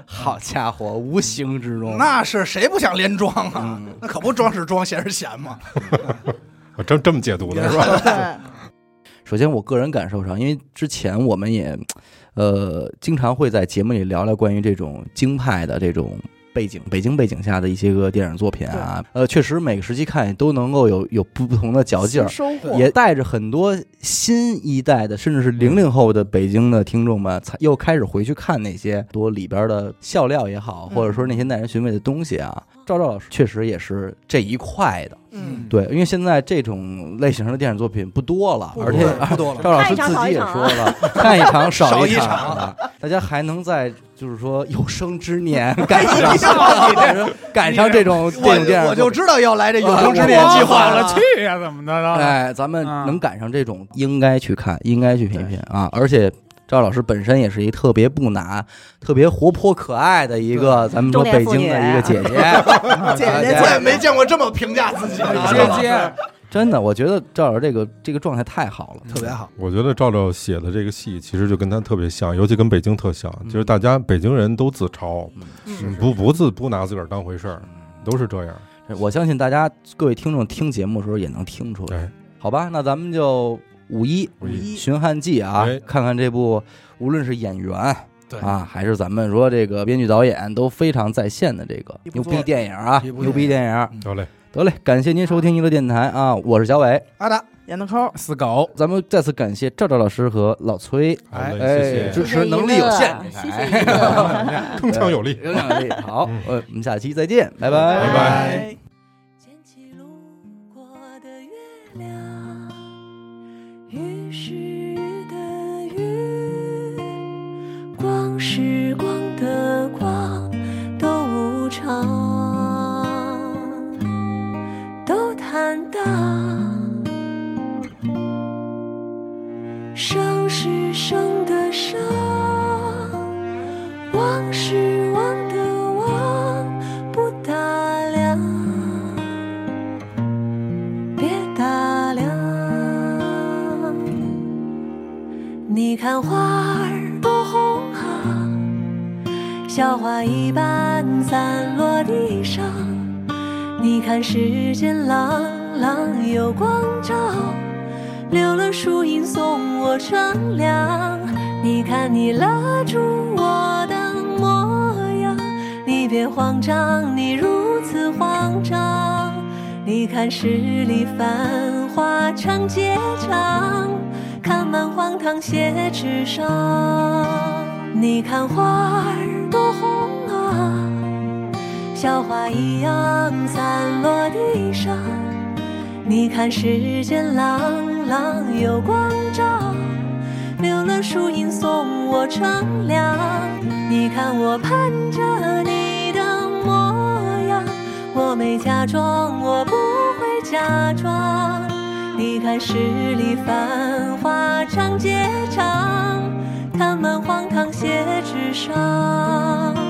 S1: 好家伙，无形之中
S2: (laughs)
S1: 嗯
S2: 那是谁不想连庄啊？那可不装是装，闲是闲 (laughs) 嘛。
S5: 啊这这么解读的是吧？
S3: 对，
S1: 首先，我个人感受上，因为之前我们也，呃，经常会在节目里聊聊关于这种京派的这种背景、北京背景下的一些个电影作品啊。呃，确实每个时期看也都能够有有不同的嚼劲
S3: 新
S1: 儿，
S3: 收获
S1: 也带着很多新一代的，甚至
S2: 嗯
S1: 是零零后的北京的听众们，才又开始回去看那些多里边的笑料也好，
S3: 嗯
S1: 或者说那些耐人寻味的东西
S2: 哦
S1: 啊。赵照老师确实也是这一块的，(laughs)
S6: (laughs)
S3: 嗯，
S1: 对，因为现在这种类型的电影作品不多了，
S2: 不
S1: 而且
S2: 多了不多
S1: (laughs)
S2: 了，
S1: 赵老师自己也说了，看一场少一场
S2: 少 (laughs)
S1: 了。大家还能在就是说有生之年 (laughs) 赶上 (laughs)
S2: 哎
S1: 赶上这种这种电影，
S2: 我我就知道要来这有生之年计
S6: 计
S2: 划
S6: 划
S2: 了 (laughs)
S6: 了，去呀，怎么的了？
S1: 哎， (laughs) 咱们
S2: 嗯
S1: 能赶上这种，应该去看，应该去品一品啊！而且赵老师本身也是一特别不拿、特别活泼可爱的一个咱们说北京的一个 (laughs) 姐姐，
S3: 姐
S1: 哎
S3: 姐
S1: 哎
S2: 我
S3: 姐
S2: 也没见过这么评价自己的啊，
S6: 接接，
S1: 真的，我觉得赵老师这个这个状态太好了，
S2: 嗯特别好。
S5: 我觉得赵照写的这个戏，其实就跟他特别像，尤其跟北京特像，就是大家北京人都自嘲，嗯不不自不拿自个儿当回事儿，
S1: 嗯
S5: 都是这样。
S1: 我相信大家各位听众听节目的时候也能听出来，
S5: 哎，
S1: 好吧？那咱们就五一
S5: 五一
S1: 《寻汉记》啊
S5: 哎，
S1: 看看这部无论是演员
S2: 对
S1: 啊，还是咱们说这个编剧导演都非常在线的这个
S2: 一部
S1: 牛
S2: 作品
S1: 逼电影啊，
S2: 一部
S1: 牛逼电影。
S5: 得嘞，
S1: 得嘞，感谢您收听娱乐电台啊，我是小伟，
S2: 阿达，
S3: 演的抠，
S6: 死狗，
S1: 咱们再次感谢赵赵老师和老崔，
S5: 好
S6: 哎
S5: 嘞，
S1: 哎
S5: 谢
S1: 支
S5: 谢，
S1: 持能力有限这台
S4: 谢谢娱
S5: (laughs)
S4: 乐。
S1: 哎
S5: 铿锵有力。
S1: (laughs) 有两位，好
S5: 嗯，
S1: 呃，我们下期再见，拜拜，
S5: 拜拜。
S7: 捡起路过的月亮，雨是雨的雨，光是光的光，都无常，都坦荡。生是生的生，忘是忘的忘，不打量，别打量。你看花儿多红啊，小花一般散落地上。你看时间朗朗有光照，留了树荫送我乘凉。你看你拉住我的模样，你别慌张，你如此慌张。你看十里繁华长街长，看满荒唐写纸上。你看花儿多红啊，小花一样散落地上。你看时间朗朗有光照，留了树荫送我乘凉。你看我盼着你的模样，我没假装，我不会假装。你看十里繁华长街长，看满荒唐写纸上。